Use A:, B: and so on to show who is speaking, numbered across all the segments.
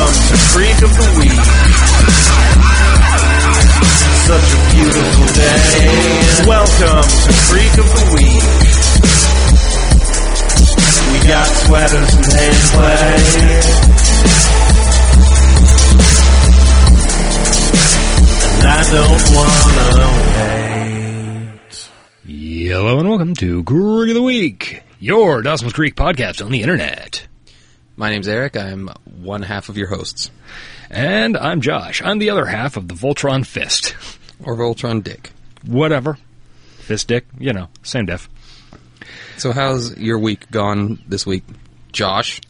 A: freak of the week. Such a beautiful day. Welcome to Freak of the Week. We got sweaters and hand play. And I don't wanna wait.
B: Hello and welcome to Creek of the Week, your Dawson's Creek podcast on the internet.
C: My name's Eric. I'm one half of your hosts,
B: And I'm Josh. I'm the other half of the Voltron Fist.
C: or Voltron Dick.
B: Whatever. Fist dick, you know, same diff.
C: So, how's your week gone this week, Josh?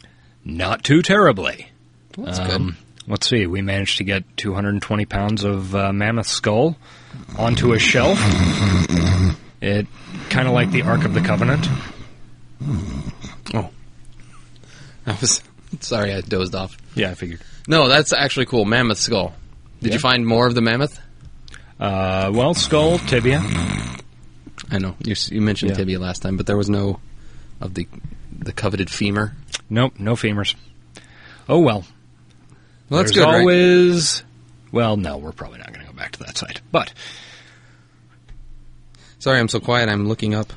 B: Not too terribly.
C: Well, That's
B: Um, let's see, we managed to get 220 pounds of uh, mammoth skull onto a shelf. It kind of like the Ark of the Covenant.
C: good. Oh, I was sorry, I dozed off.
B: Yeah, I figured.
C: No, that's actually cool. Mammoth skull. Did
B: Yeah.
C: you find more of the mammoth?
B: Uh, well, skull, tibia.
C: I know you, s- you mentioned
B: Yeah.
C: tibia last time, but there was no of the the coveted femur.
B: Nope, no femurs. Oh well.
C: Well, that's
B: There's
C: good. right?
B: always. Well, no, we're probably not going to go back to that site. But
C: Sorry, I'm so quiet. I'm looking up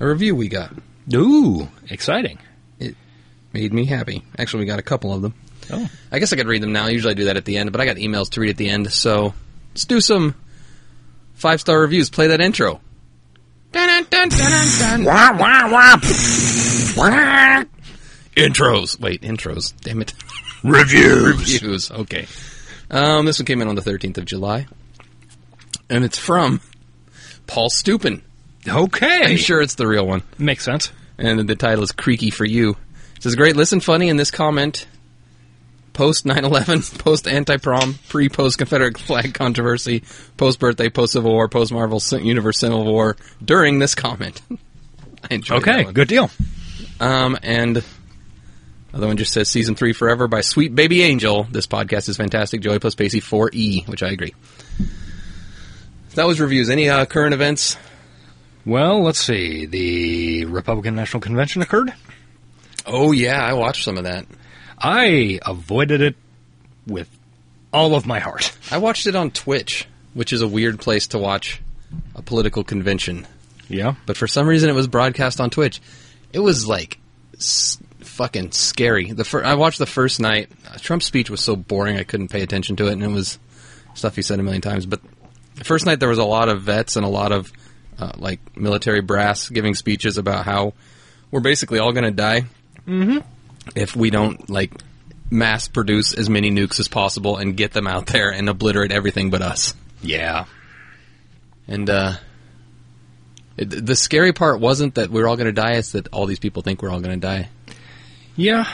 C: a review we got.
B: ooh, exciting!
C: Made me happy. Actually, we got a couple of them.
B: Oh,
C: I guess I could read them now. Usually I do that at the end, but I got emails to read at the end. So let's do some five star reviews. Play that intro. Dun, dun, dun, dun, dun, dun. intros. Wait, intros. Damn it. Reviews. Reviews. Okay. Um, this one came in on the 13th of July, and it's from Paul Stupin.
B: okay,
C: I'm sure it's the real one
B: makes sense.
C: and the title is Creaky for You. It says, Great, listen funny in this comment. Post 9 11, post anti prom, pre post Confederate flag controversy, post birthday, post Civil War, post Marvel Cin- Universe Civil War, during this comment. I enjoyed that
B: Okay,
C: one.
B: good deal.
C: Um, and other one just says season three forever by Sweet Baby Angel. This podcast is fantastic. Joey plus Pacey four E, which I agree. That was reviews. Any uh, current events?
B: Well, let's see. The Republican National Convention occurred.
C: Oh yeah, I watched some of that.
B: I avoided it with all of my heart.
C: I watched it on Twitch, which is a weird place to watch a political convention.
B: Yeah,
C: But for some reason, it was broadcast on Twitch. It was like s- fucking scary. The fir- I watched the first night. Uh, Trump's speech was so boring I couldn't pay attention to it, and it was stuff he said a million times. But the first night there was a lot of vets and a lot of uh, like military brass giving speeches about how we're basically all going to die if we don't like mass produce as many nukes as possible and get them out there and obliterate everything but us.
B: yeah.
C: And uh, it, the scary part wasn't that we're all going to die; it's that all these people think we're all going to die.
B: Yeah,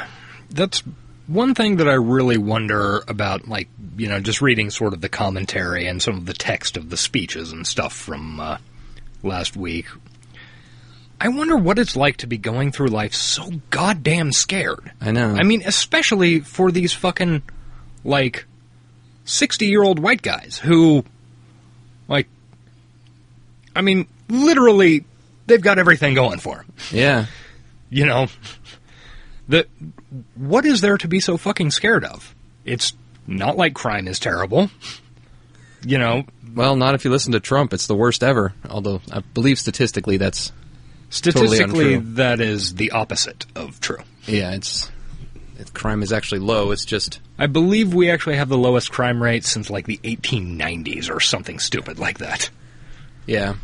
B: that's one thing that I really wonder about, like, you know, just reading sort of the commentary and some of the text of the speeches and stuff from uh, last week. I wonder what it's like to be going through life so goddamn scared.
C: I know.
B: I mean, especially for these fucking, like, 60 year old white guys who, like, I mean, literally, they've got everything going for them
C: yeah,
B: you know, the what is there to be so fucking scared of? It's not like crime is terrible. You know,
C: well, not if you listen to Trump; it's the worst ever. Although I believe statistically, that's
B: statistically
C: untrue.
B: that is the opposite of true.
C: yeah, it's, it's crime is actually low. It's just
B: I believe we actually have the lowest crime rate since like the 1890s or something stupid like that.
C: yeah,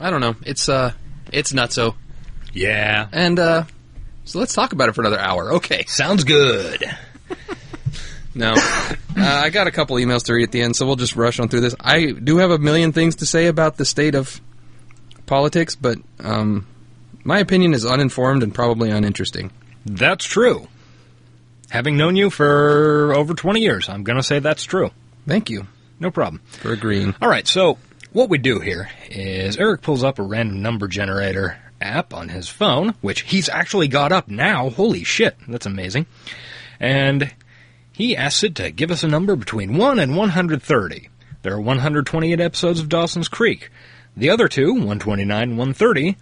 C: I don't know. It's uh, it's nutso.
B: Yeah.
C: And uh, so let's talk about it for another hour. Okay.
B: Sounds good.
C: No. Uh, I got a couple emails to read at the end, so we'll just rush on through this. I do have a million things to say about the state of politics, but um, my opinion is uninformed and probably uninteresting.
B: That's true. Having known you for over 20 years, I'm going to say that's true.
C: Thank you
B: No problem.
C: for agreeing.
B: All right, so what we do here is Eric pulls up a random number generator app on his phone, which he's actually got up now. Holy shit, that's amazing. And he asks it to give us a number between 1 and 130. There are 128 episodes of Dawson's Creek. The other two, 129 and 130,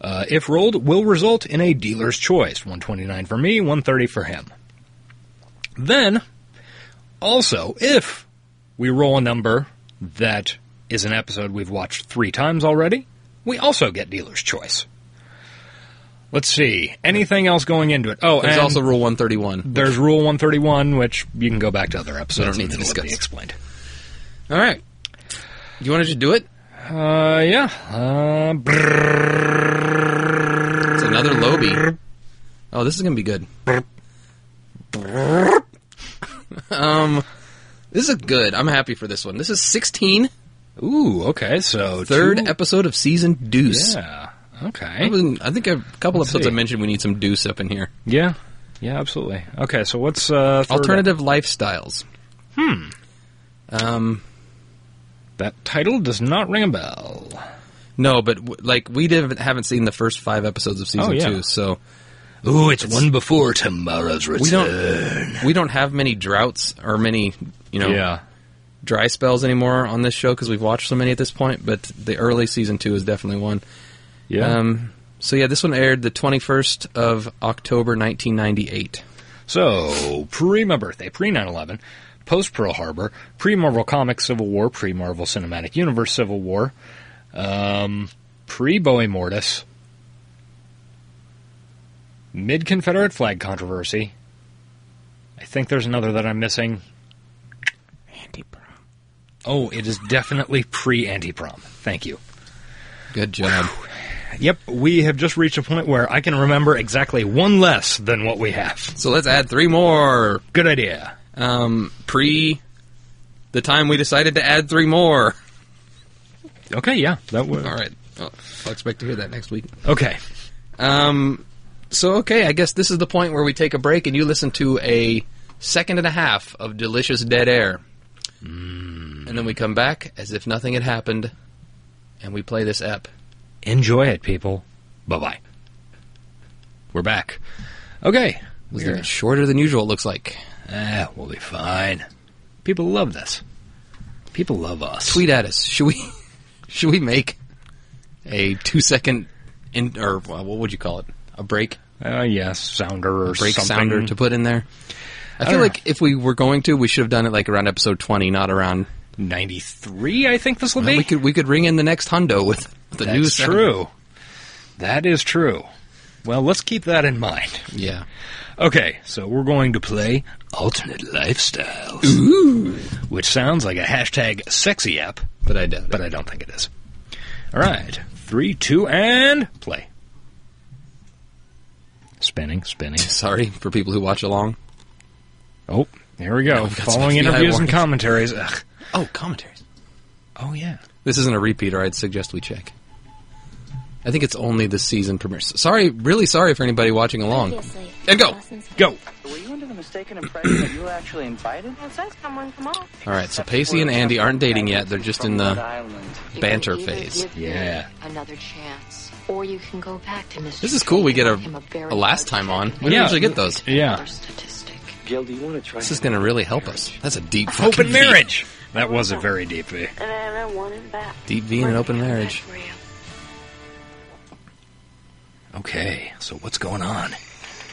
B: uh, if rolled, will result in a dealer's choice. 129 for me, 130 for him. Then Also, if we roll a number that is an episode we've watched three times already, we also get dealer's choice. Let's see. Anything else going into it? Oh,
C: There's
B: and
C: also Rule 131.
B: there's Rule 131, which you can go back to other episodes.
C: need
B: and
C: to
B: it'll
C: discuss.
B: Be explained.
C: All right. Do you want to just do it?
B: Uh, yeah. Uh,
C: It's another Lobie. Oh, this is gonna be good. um, this is good. I'm happy for this one. This is 16,
B: ooh, okay. So
C: third
B: two-
C: episode of season Deuce.
B: Yeah.
C: I,
B: Okay.
C: was- I think a couple episodes
B: see.
C: I mentioned we need some Deuce up in here.
B: Yeah. Yeah, absolutely. Okay, so what's uh third-
C: Alternative lifestyles. Hmm. Um,
B: That title does not ring a bell.
C: no, but w- like we didn't, haven't seen the first five episodes of season
B: Oh, yeah.
C: two, so
B: Ooh, it's, one before tomorrow's return.
C: we don't we don't have many droughts or many you know
B: Yeah.
C: dry spells anymore on this show because we've watched so many at this point. But the early season two is definitely one.
B: Yeah.
C: Um, so yeah, this one aired the 21st of October 1998.
B: so, pre my birthday, pre 9 11, post Pearl Harbor, pre Marvel Comics Civil War, pre Marvel Cinematic Universe Civil War, um, pre Bowie Mortis, mid Confederate flag controversy. I think there's another that I'm missing.
C: Andy Brown.
B: Oh, it is definitely pre anti prom. Thank you.
C: Good job.
B: Yep, we have just reached a point where I can remember exactly one less than what we have.
C: So let's add three more.
B: Good idea.
C: Um, pre the time we decided to add three more.
B: Okay, yeah, that would.
C: All right. Well, I'll expect to hear that next week.
B: Okay,
C: Um, so okay, I guess this is the point where we take a break and you listen to a second and a half of delicious dead air, and then we come back as if nothing had happened, and we play this ep.
B: enjoy it, people. Bye bye. We're back. Okay,
C: It's
B: we're,
C: shorter than usual. It looks like.
B: ah, we'll be fine. People love this. People love us.
C: Tweet at us. Should we? Should we make a two second in or uh, what would you call it? A break?
B: Uh, yes, sounder or
C: Break
B: something.
C: sounder to put in there. I
B: don't
C: feel
B: know.
C: like if we were going to, we should have done it like around episode twenty, not around
B: ninety-three. I think this will
C: Well,
B: be.
C: we could we could ring in the next hundo with the
B: That's
C: new sound.
B: true. That is true. Well, let's keep that in mind.
C: Yeah.
B: Okay, so we're going to play alternate lifestyles, which sounds like a hashtag sexy app,
C: But I doubt it.
B: but I don't think it is. All right, three, two, and play. Spinning, spinning.
C: Sorry for people who watch along.
B: Oh, there we go.
C: we've got some
B: Following
C: FBI
B: interviews and
C: warnings.
B: commentaries. Ugh.
C: Oh, commentaries.
B: Oh yeah.
C: This isn't a repeater. I'd suggest we check. I think it's only the season premiere. S- Sorry, really sorry for anybody watching along.
D: Previously,
C: And go.
D: Dawson's-
B: Go.
E: Were you under the mistaken impression that you were actually invited?
D: It says come on, come on.
C: All right, so Pacey and Andy aren't dating yet. They're just in uh, the
F: You can
C: banter
F: either
C: phase.
F: give me
B: Yeah.
F: Another chance, or you can go back to Mr.
C: This is cool. We get
F: Him
C: a,
F: very
C: a last
F: large
C: time on. We
F: advantage.
B: Yeah.
C: don't usually get those.
B: Yeah.
F: Another statistic.
E: Gil, do you want to try?
C: This is going to really help us. That's a deep fucking
B: Open
C: V.
B: marriage. That was a very deep eh? V.
D: And I, and I want him back.
C: Deep V and an open marriage.
F: That's real.
B: Okay, so what's going on?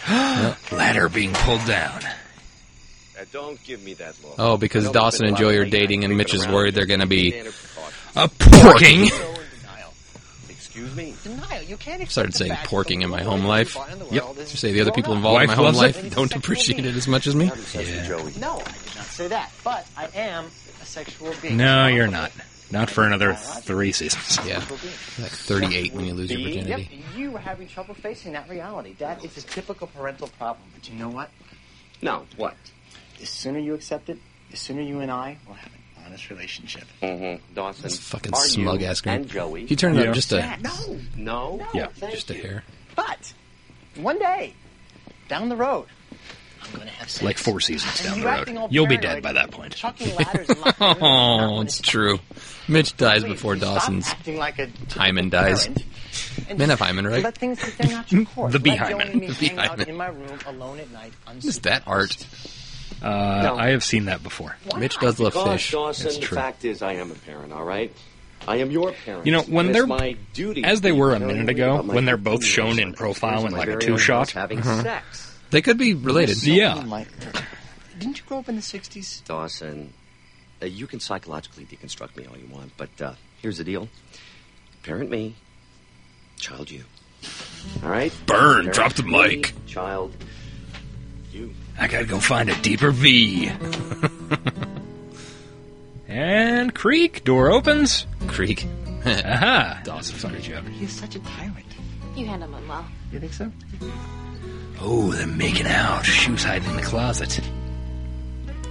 B: Ladder being pulled down.
G: Now, don't give me that look.
C: Oh, because
G: I know
C: Dawson
G: I've been
C: and Joey are
G: lying.
C: dating, and
G: Creeping
C: Mitch is
G: around.
C: worried they're going to be
G: Standard precaution.
B: A porking.
G: So in denial. Excuse me.
H: denial. You can't expect
C: Started
H: the
C: saying
H: facts
C: porking
H: of
C: in my
H: the
C: home
H: way
C: life.
H: people in the
B: Yep.
H: world is
C: You say the other
H: grown
C: people
H: up.
C: involved in
B: Wife
C: my home
B: loves
C: life
H: it.
C: don't appreciate it as much as me.
G: I'm obsessed with Joey.
H: No, I did not say that, but I am a sexual being.
B: No, you're not. Not for another three seasons.
C: Yeah, like 38 when you lose your
H: Yep,
C: virginity.
H: you were having trouble facing that reality. That is a typical parental problem. But you know what?
G: No, what?
H: The sooner you accept it, the sooner you and I will have an honest relationship.
G: Mm-hmm. Dawson.
C: This fucking
G: are you
C: smug ass girl.
G: And Joey.
C: He turned
B: Yeah.
C: up just a
H: No,
G: no.
H: no,
B: Yeah,
H: thank
C: just a
H: you.
C: hair.
H: But one day, down the road, I'm going to have sex.
B: Like four seasons
H: And
B: down
H: you
B: the
H: acting
B: road. Uh,
H: all
B: You'll be
H: paranoid,
B: dead by that point.
H: chucking ladders and locking windows, not
C: Oh,
H: when
C: it's true. Mitch dies before
H: Please, stop
C: Dawson's.
H: acting like a typical
C: hymen dies.
H: parent and
C: Men have
H: just
C: hymen, right?
H: Let things that they're not your course.
B: The
H: Let
B: behymen.
H: Joey and me
C: The
H: hang out
C: behymen.
H: in my room alone at night. What
C: Is that art?
B: Uh,
G: No.
B: I have seen that before.
C: Mitch does love
G: Because,
C: fish.
G: Dawson,
B: That's
G: the
B: true.
G: fact is, I am a parent. All right. I am your parent.
B: You know, when
G: and
B: they're-
G: it's my duty
B: as they
G: to
B: were a
G: tell you
B: minute ago,
G: about my
B: when they're both shown in
G: continuous
B: profile
G: and
B: in, like, a Mm-hmm.
G: my very
B: two
G: own house
B: shot.
G: Having sex.
C: They could be related.
B: Yeah.
H: My, Didn't you grow up in the 60s?
G: Dawson, uh, you can psychologically deconstruct me all you want, but uh, here's the deal: parent me, child you. All right?
I: Burn,
G: Parent
I: drop the
G: me,
I: mic.
G: Child, you.
B: I gotta go find a deeper V. and creak, door opens.
C: Creek.
B: Aha! That's a funny joke.
H: He's such a tyrant.
F: You handle him well.
H: You think so?
B: Oh, they're making out. Shoes hiding in the closet.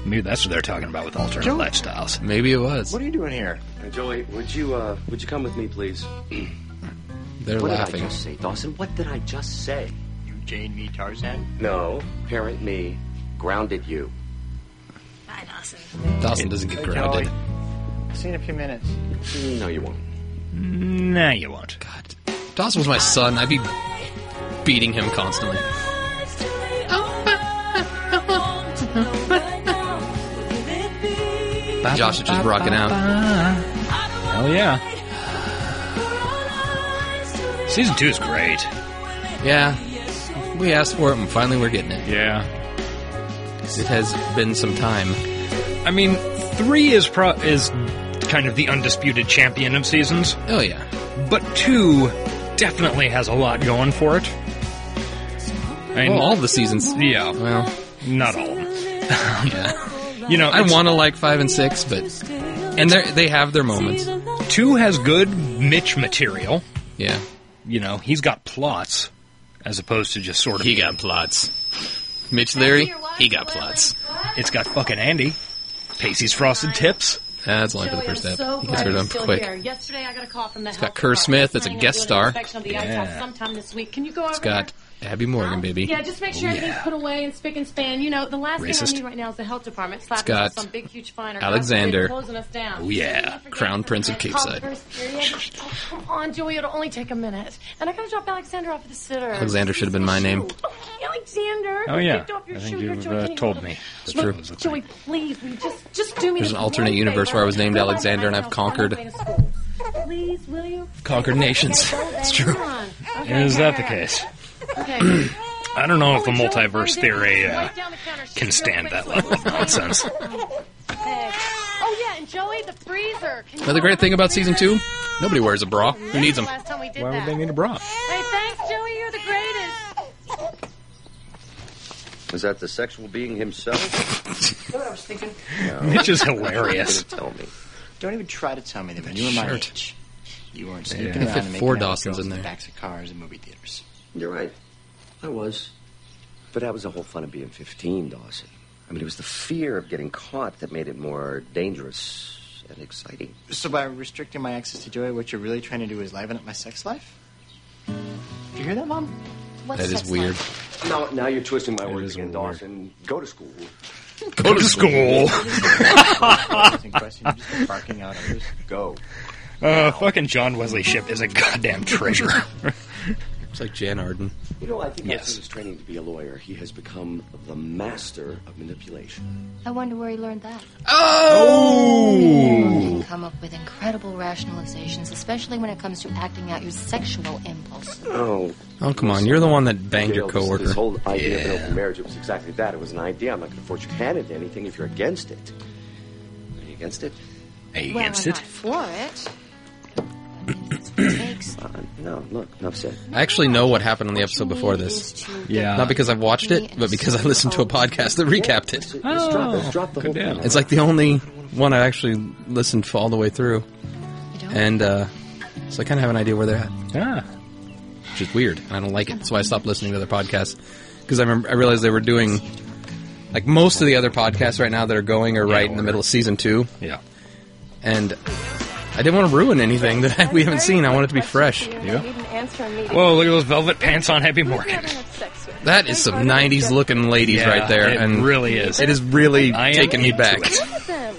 B: Maybe that's what they're talking about with alternate
H: Joe-
B: lifestyles.
C: Maybe it was.
H: What are you doing here?
G: Uh, Joey, would you uh, would you come with me, please?
C: They're
G: what did I
C: laughing.
G: just say, Dawson? What did I just say?
H: You Jane me Tarzan?
G: No, parent me, grounded you.
F: Bye, Dawson.
C: Dawson doesn't get grounded.
H: See you in a few minutes.
G: No, you won't.
B: Nah, you won't.
C: God. Dawson was my son. I'd be beating him constantly. Josh is just rocking out.
B: Hell Oh, yeah. Season two is great.
C: Yeah. We asked for it and finally we're getting it.
B: Yeah.
C: It has been some time.
B: I mean, three is pro is kind of the undisputed champion of seasons,
C: Oh, yeah.
B: but two definitely has a lot going for it. I mean,
C: Well, all the seasons.
B: yeah,
C: Well,
B: not all. of
C: yeah.
B: them. You know,
C: I
B: it's-
C: want to like five and six, but and they they have their moments.
B: two has good Mitch material.
C: Yeah,
B: You know, he's got plots as opposed to just sort of.
C: plots. Mitch Leary, he got plots.
B: It's got fucking Andy. Pacey's frosted tips.
C: Ah, That's only for the first step. He gets rid of him quick.
F: Yesterday, I got a call from the it's
C: got Kerr Smith as a guest star.
B: Yeah.
F: Sometime this week. Can you go over
C: It's got Abby Morgan, baby.
F: Yeah, just make sure everything's put away and spick and span. You know, the last thing I
B: Racist.
F: need right now is the health department slapping
C: got
F: us with some big, huge fine or
C: Alexander.
F: God forbid, closing us down.
B: Oh, yeah.
C: Crown Prince of
F: Call the
C: Capeside.
F: first period. Oh, come on, Joey, it'll only take a minute. And I gotta drop Alexander off at the sitter.
C: Alexander should have been my name.
F: Oh, Alexander!
B: Oh, yeah.
F: Picked up your
B: I think
F: shoe. Your
B: you've,
F: Joey
B: uh,
F: can't even
B: told
F: hold
B: me.
F: it.
B: That's
F: Look,
B: true. It was
F: Joey, please, will you just, just do me
C: There's
F: this
C: an alternate
F: one
C: universe
F: favor.
C: where I was named
F: Go on
C: Alexander and
F: back
C: I've
F: on
C: conquered-
F: the way to school. Please, will you?
C: Conquered nations.
F: It's
C: true.
B: Is that the case?
F: Okay.
B: I don't know if the
F: Joey,
B: multiverse
F: find it.
B: theory uh,
F: Right down the counter. She's
B: can
F: real
B: stand
F: quick.
B: that level of nonsense.
F: Oh yeah, and Joey, the freezer. Can you
C: Another great thing about season two: nobody wears a bra. Who needs them?
F: Last time we did
B: Why would
F: that.
B: they need a bra?
F: Hey, thanks, Joey. You're the
B: Oh,
F: greatest.
G: Is that the sexual being himself?
H: You know what I was thinking?
B: Mitch is
G: You're gonna
B: hilarious.
G: tell me.
H: Don't even try to tell me that when you were my age, you weren't sneaking
B: Yeah.
H: around and making
C: Four
H: out with
C: Dawsons
H: girls
C: in
H: the
C: there.
H: backs of cars and movie theaters.
G: You're right. I was. But that was the whole fun of being 15, Dawson. I mean, it was the fear of getting caught that made it more dangerous and exciting.
H: So by restricting my access to Joey, what you're really trying to do is liven up my sex life? Do you hear that, Mom?
F: What's
C: That is
F: sex
C: weird.
G: Now, now you're twisting my words
B: is
G: again,
B: weird.
G: Dawson. Go to school.
B: Go to school.
H: In question, you're just barking out others. Go.
B: Uh, fucking John Wesley Ship is a goddamn treasure.
C: It's like Jan Arden.
G: You know, I think
B: Yes.
G: after his training to be a lawyer, he has become the master of manipulation.
F: I wonder where he learned that.
B: oh!
F: He can come up with incredible rationalizations, especially when it comes to acting out your sexual impulses.
G: Oh,
C: Oh come on, you're the one that banged
G: you
C: your
G: know, this- This
C: coworker.
G: whole idea of an open marriage, it was exactly that. It was an idea. I'm not going to force your hand into anything if you're against it. Are you against it?
B: Are you
F: well,
B: against
F: I'm
B: it?
F: not for it. I mean, if that's what it takes.
G: Uh, no, look, enough said.
C: I actually know what happened on the
F: What
C: episode
F: you
C: before
F: need
C: this.
F: is to
B: Yeah.
F: get
C: Not because I've watched
F: me
C: it,
F: and
C: but because I
F: someone
C: listened to a
F: else.
C: podcast that recapped it.
G: Let's, let's drop,
I: Oh,
G: let's drop the whole
B: good
G: thing.
B: damn.
C: It's like the only one I actually listened for all the way through,
F: You
J: Oh.
F: don't?
C: and uh, so I kind of have an idea where they're at,
B: Ah.
C: which is weird. And I don't like it, so I stopped listening to their podcasts because I remember I realized they were doing like most of the other podcasts right now that are going are right in the middle of season two,
B: Yeah.
C: and I didn't want to ruin anything that we haven't seen. I want it to be fresh.
B: Yeah.
K: I need an answer immediately.
B: Whoa, look at those velvet pants on Happy
K: Who's he
B: Morgan.
K: having sex with?
C: That is some '90s looking ladies
B: Yeah,
C: right there,
B: it
C: and
B: really is.
C: It is really
B: I am
C: taking me
B: into
C: back.
B: it.
K: Look at them.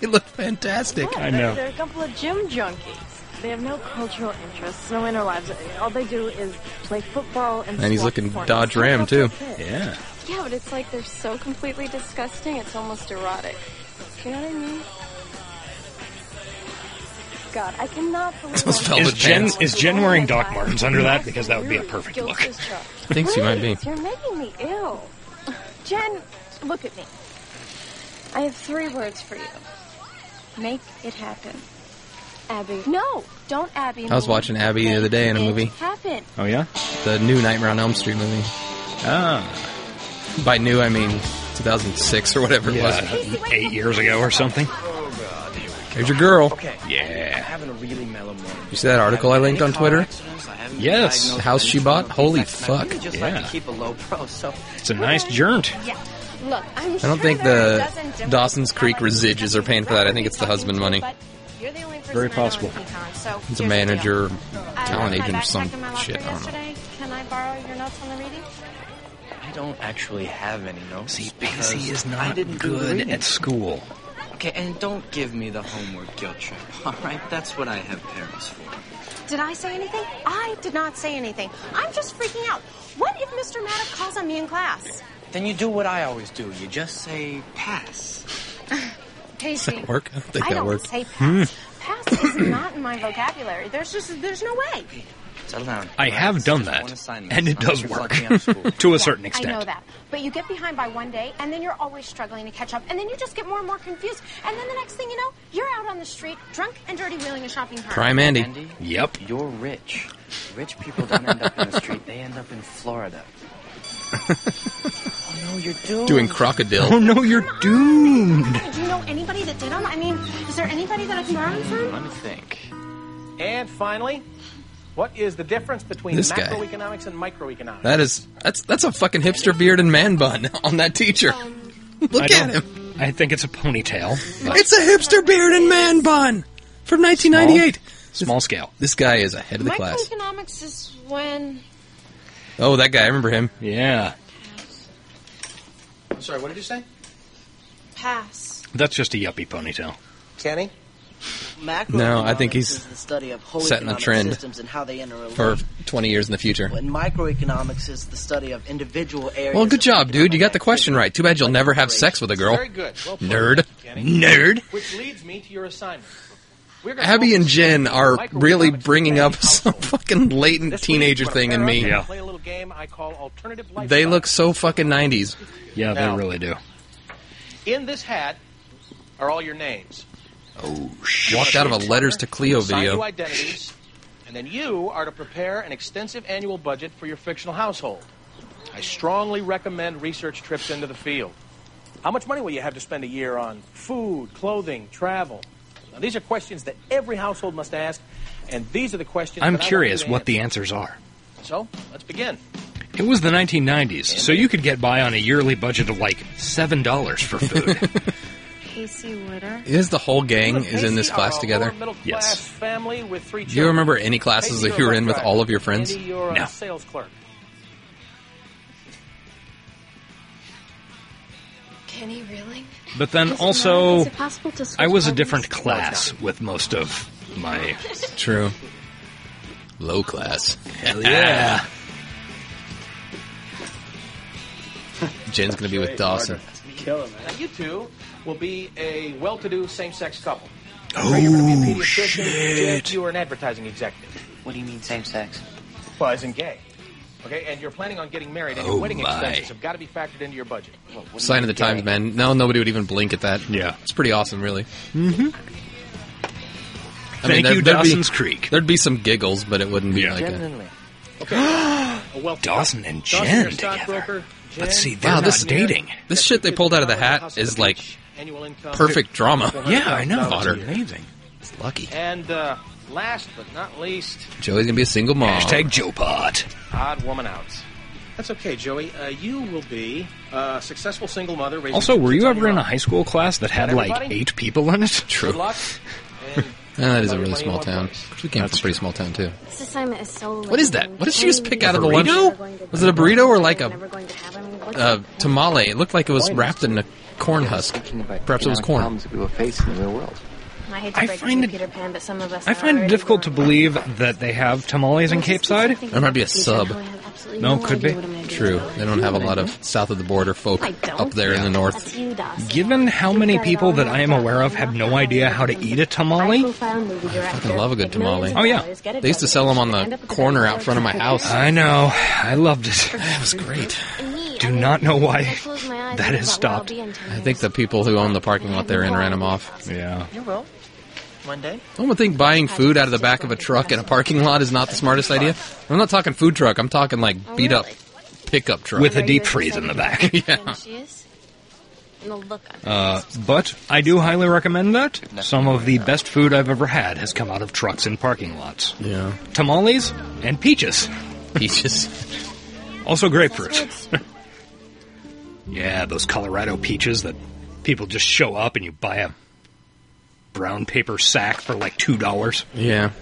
C: they look fantastic.
B: I know.
K: They're, they're a couple of gym junkies. They have no cultural interests, no inner lives. All they do is play football and.
C: And he's
K: swap
C: looking
K: corners.
C: Dodge Ram,
K: That's it.
B: Yeah.
K: Yeah, but it's like they're so completely disgusting. It's almost erotic. You know what I mean? God, I cannot believe.
C: Those
K: I'm-
C: velvet
B: Is Jen-
C: pants.
B: is Jen wearing Doc
K: Oh my God.
B: Martens under that? Because that would be a perfect
K: Guilt
B: look.
K: is strong.
C: I think she might be.
K: You're making me ill. Jen, look at me.
I: I have three words for you. Make it happen.
D: Abby.
I: No, don't Abby.
C: I was watching Abby the other day in a
I: Make
C: movie.
I: It happen.
B: Oh yeah.
C: The new Nightmare on Elm Street movie.
B: Ah,
C: By new, I mean 2006 or whatever it was.
B: eight years ago or something.
E: Oh,
C: There's your girl.
E: Okay. I'm
B: Yeah.
E: having a really mellow morning.
C: You see that article I linked on Twitter?
B: Yes.
C: The house she bought? Holy fuck.
E: Just
B: Yeah.
E: like to keep a low pro, so
B: It's a nice jaunt.
I: Yeah. Look, I'm
C: I don't think the Dawson's Creek residues are paying for that. I think it's the husband money.
I: You're the only person
B: Very
I: I know in
B: possible.
I: Pecan, so
C: He's a
I: here's the deal. Uh,
C: manager,
I: I
C: talent
I: left my
C: agent, or
I: backpack
C: some
I: in my locker
C: shit. I don't know.
I: yesterday. Can I borrow your notes on the reading?
E: I don't actually have any notes.
B: See,
E: because
B: Pacey is
E: I
B: not
E: didn't do the
B: good
E: reading.
B: at school.
E: Okay, and don't give me the homework guilt trip. All right, that's what I have parents for.
I: Did I say anything? I did not say anything. I'm just freaking out. What if Mr. Maddox calls on me in class?
E: Then you do what I always do. You just say pass.
I: Casey.
C: That work? Hmm. I don't think
I: I
C: that
I: don't
C: worked.
I: say pass. Pass is not in my vocabulary. There's just there's no way.
E: Settle down.
B: I have
E: It's
B: done
E: just one
B: that,
E: assignment.
B: and it
E: It's not
B: does
E: like
B: work
E: you're fucking up school.
B: to a
I: Yeah,
B: certain extent.
I: I know that. But you get behind by one day, and then you're always struggling to catch up, and then you just get more and more confused, and then the next thing you know, you're out on the street, drunk and dirty, wheeling a shopping cart.
C: Prime Andy.
E: Andy,
B: Yep.
E: you're rich. Rich people don't end up in the street. They end up in Florida. oh no, you're doing.
C: Doing crocodile.
B: Oh no, you're doomed.
I: Do you know anybody that did them? I mean, is there anybody that I can borrow them from?
E: Let me think.
A: And finally, what is the difference between
C: This guy.
A: macroeconomics and microeconomics?
C: That is that's that's a fucking hipster beard and man bun on that teacher.
A: Um,
C: Look
B: I
C: at
B: don't-
C: him.
B: I think it's a ponytail. but
C: It's a hipster beard and man bun from 1998.
B: small scale.
C: This guy is ahead of the class.
I: Microeconomics is when
C: Oh, that guy. I remember him.
B: Yeah.
A: I'm sorry, what did you say?
I: pass.
B: That's just a yuppie ponytail.
A: Kenny?
C: No, I think he's
L: Macroeconomics is the study of whole
C: setting a
L: economic
C: trend
L: systems and how they interrelate.
C: for 20 years in the future.
L: When microeconomics is the study of individual areas.
C: Well,
L: of
C: good job, dude. You got the
L: economic
C: question
L: activity,
C: right. Too bad you'll
L: like
C: never have
L: corporations.
C: sex with a girl.
A: Very good. Well put,
C: Nerd.
A: Kenny.
C: Nerd.
A: Which leads me to your assignment. We're gonna
C: Abby
A: focus
C: and Jen
A: on
C: are
A: microeconomics
C: really
A: in
C: bringing
A: the
C: up
A: household.
C: some fucking latent
A: This
C: teenager
A: week,
C: thing in
A: we're gonna
C: me.
B: Yeah.
A: Play a little game I call alternative
C: They
A: lifestyle.
C: look so fucking 90s.
B: Yeah,
A: No.
B: they really do.
A: In this hat are all your names.
B: Oh shit.
C: Walked out of a
A: Partner,
C: Letters to Cleo
A: assign
C: video.
A: you identities, and then you are to prepare an extensive annual budget for your fictional household. I strongly recommend research trips into the field. How much money will you have to spend a year on food, clothing, travel? Now, these are questions that every household must ask, and these are the questions.
B: I'm
A: that I want
B: curious
A: you to
B: what the
A: answer.
B: answers are.
A: So let's
C: Mm,
A: begin.
B: It was the 1990s, so you could get by on a yearly budget of like seven dollars for food.
I: Casey Witter.
C: Is the whole gang
A: Look,
C: is in this
A: Casey
C: class
A: are a
C: together?
A: lower middle-class
B: Yes.
A: Family with three
C: Do you
A: children.
C: remember any classes
A: Casey,
C: that you
A: you're a
C: were
A: bus
C: in with
A: driver.
C: all of your friends?
A: Andy, you're
B: No.
A: a sales clerk.
F: Can he really?
B: But then
I: Is it not-
B: also,
I: is it possible to switch
B: I was a
I: buttons?
B: different class with most of my.
C: True. Low class. Hell
B: Yeah.
C: Jen's gonna be with Dawson.
A: Now, you two will be a well-to-do same-sex couple.
B: Oh
A: Shit.
B: shit.
A: You are an advertising executive.
E: What do you mean same sex?
A: Well, as in gay. Okay, and you're planning on getting married, and
B: Oh,
A: your wedding
B: my.
A: expenses have got to be factored into your budget.
C: Sign of the times, man. No, nobody would even blink at that.
B: Yeah.
C: it's pretty awesome, really. Mm-hmm. I
B: Thank
C: there-
B: you,
C: there'd be-
B: Dawson's Creek.
C: There'd be some giggles, but it wouldn't be
B: Yeah.
C: like a,
E: Genuinely.
A: A wealth-
B: Dawson and
A: Dawson,
B: Jen
A: your stockbroker.
B: together.
A: Jen,
B: Let's see, they're
C: Wow,
B: not
C: this-
B: dating.
C: this shit they pulled out of the hat is like perfect drama.
B: Yeah, I know.
C: Otter.
B: amazing.
C: Lucky
A: And uh, last but not least,
C: Joey's gonna be a single mom.
B: Hashtag JoePod.
A: odd woman out. That's okay, Joey. Uh, you will be a uh, successful single mother. Raising
B: Also, were
A: kids
B: you
A: on
B: ever
A: your
B: in a
A: own.
B: high school class that had like
A: everybody?
B: eight people in it?
A: Good luck. and
C: Ah, that is a
A: everybody
C: really
A: in
C: small
A: one
C: town.
A: place.
C: We came from a pretty small town too.
I: This assignment is so.
C: What is that? What did she just pick out of the lunch?
B: Burrito?
C: Was it a burrito or like a
I: We're going to have. I mean, what's
C: uh, tamale? It looked like it was wrapped in a corn husk.
E: Thinking about
C: Perhaps it was
E: economic
C: corn.
E: Problems that we will face in the real world.
I: I hate
B: I
I: to break
B: find
I: it,
B: it-
I: to Peter Pan, but some of us.
B: I
I: are
B: find it
I: already
B: difficult to
I: going.
B: believe that they have tamales in Cape Side.
I: There
C: might be a sub.
B: No, could be.
C: True. They don't have a lot of south of the border folk
I: I don't.
C: up there in the north.
B: Given how many people that I am aware of have no idea how to eat a tamale,
C: fucking love a good tamale.
B: Oh, yeah.
C: They used to sell them on the corner out front of my house.
B: I know. I loved it.
C: That was great.
B: do not know why that
K: about
B: has stopped.
K: where I'll be in ten
C: I think the people who own the parking lot there and ran them off.
B: Yeah.
L: You will. One day.
C: I would think buying food out of the back of a truck in a parking lot is not the smartest idea. I'm not talking food truck. I'm talking
K: Oh,
C: like beat up pickup truck
B: With a deep freeze in the back.
C: yeah.
K: She is. And the look on
B: Uh, but I do highly recommend that. Some of the best food I've ever had has come out of trucks in parking lots.
C: Yeah.
B: Tamales and peaches.
C: Peaches.
B: also grapefruit. yeah, those Colorado peaches that people just show up and you buy a brown paper sack for like $2.
C: Yeah.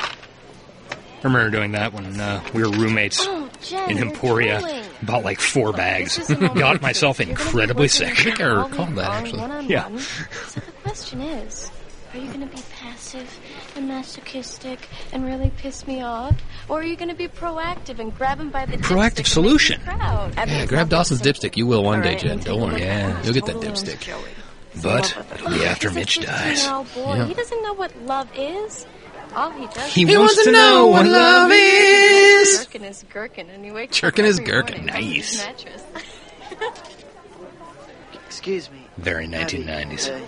B: I remember doing that when uh, we were roommates
K: Jen,
B: in
K: you're
B: Emporia.
K: drooling.
B: Bought like four bags.
K: This is a moment
B: Got
K: of
B: myself
K: truth. You're gonna be
B: incredibly
K: working
B: sick.
K: with me all week long, one-on-one.
B: Yeah.
K: So the question is, are you going to be passive and masochistic and really piss me off, or are you going to be proactive and grab him by the
C: Proactive
K: dipstick
C: solution.
K: And make him proud? I mean,
C: Yeah,
K: it's
C: grab
K: not
C: Dawson's dipstick. You will one
K: All
C: day,
K: right,
C: Jen.
K: and
C: Don't
K: take a
C: worry.
K: look at it.
C: You'll get that
K: Totally
C: dipstick.
K: enjoy it.
B: But it'll be after
K: He's a
B: Mitch dies.
K: 15-year-old boy.
B: Yeah.
K: He doesn't know what love is. All he does.
B: He He wants wants to to know know what what love love is. is.
K: Gherkin is gherkin, and he wakes
B: Gherkin
K: up
B: is
K: every
B: gherkin.
K: morning on his
B: Nice.
K: mattress.
L: Excuse me.
B: Very
L: Abby,
B: 1990s.
L: uh,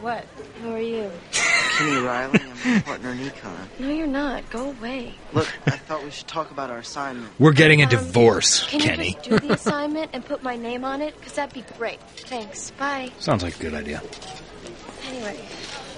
K: what? Who are you?
L: Kenny Riley, I'm my partner in econ.
K: No, you're not. Go away. Um,
L: Look, I thought we should talk about our assignment.
B: We're getting a divorce,
K: Can
B: Kenny.
K: you just do the assignment and put my name on it? Because that'd be great. Thanks. Bye.
B: Sounds like a good idea.
K: Anyway,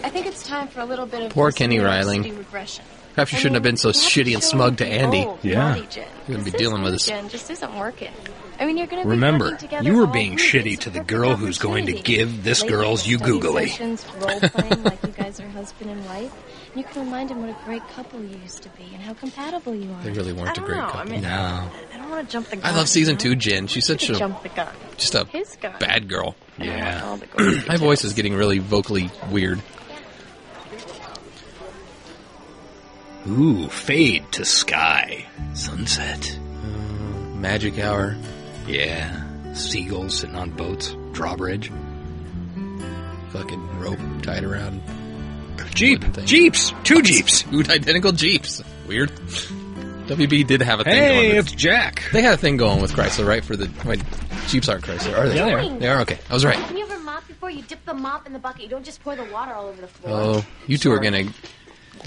K: I think it's time for a little bit of
C: Poor Kenny
K: personality
C: Reiling.
K: regression.
C: Perhaps you shouldn't have been so shitty and smug to Andy.
K: Oh, naughty Jen.
C: You're gonna be
K: This
C: dealing with us.
K: Jen just isn't working. I mean, you're gonna be
B: Remember,
K: working together
B: you were
K: all
B: being
K: week.
B: shitty
K: It's
B: to the
K: perfect
B: girl who's going to
K: opportunity.
B: give this
K: Late
B: girl's you
K: study
B: googly.
K: Sessions, role playing like you guys are husband and wife. And you can remind him what a great couple you used to be and how compatible you are.
C: They really weren't
K: I
C: a
K: don't
C: great
K: know. I
C: couple.
K: mean,
C: No.
K: I don't want to jump the gun.
C: I love season
K: you know?
C: two, Jen. She's
K: You
C: such
K: could
C: a
K: jump the gun.
C: just a
K: His gun.
C: bad girl.
B: Yeah.
C: My voice is getting really vocally weird.
B: Ooh, fade to sky. Sunset.
C: magic hour.
B: Yeah. Seagulls sitting on boats. Drawbridge.
C: Fucking rope tied around.
B: Jeep. Jeeps. Two Jeeps.
C: Two identical Jeeps. Weird. WB did have a thing
B: Hey,
C: going. with-
B: it's Jack.
C: They had a thing going with Chrysler, right? For the wait, Jeeps aren't Chrysler, are they?
B: Yeah, they
M: are.
C: They are. Okay, I was right.
M: Can you ever mop before you dip the mop in the bucket? You don't just pour the water all over the floor.
C: Oh, you two are gonna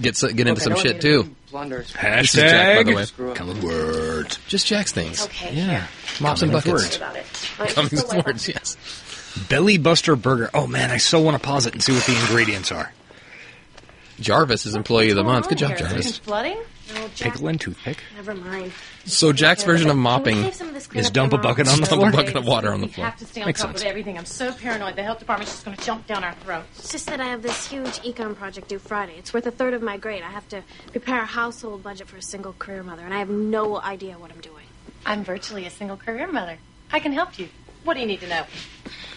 C: get so- get into
M: Look, I
C: some
M: know
C: shit
M: they
C: too.
M: blunders.
C: This is Jack, by the
B: Hashtag
C: way.
B: Screw up. common words.
C: Just Jack's things.
M: Okay,
C: Yeah.
M: here.
C: Mops and
B: Common
C: buckets.
M: About it. All right,
C: Coming
M: just go wipe
C: towards, yes.
B: Belly Buster Burger. Oh man, I so want to pause it and see what the ingredients are.
C: Jarvis is employee of the month. Good job,
M: here. Is
C: Jarvis.
M: it flooding? No, Jack.
B: Pickle and toothpick.
M: Never mind.
C: So Jack's version of mopping
M: Can we save some of this
B: is
M: cleanup
B: dump a
M: for tomorrow?
B: bucket on the
C: Dump a
B: floor.
C: bucket of water on the
M: We
C: floor.
M: have to stay on
B: Makes
M: top
B: sense.
M: of everything. I'm so paranoid. The health department's just going to jump down our throats.
N: It's just that I have this huge econ project due Friday. It's worth a third of my grade. I have to prepare a household budget for a single career mother, and I have no idea what I'm doing.
M: I'm virtually a single career mother. I can help you. What do you need to know?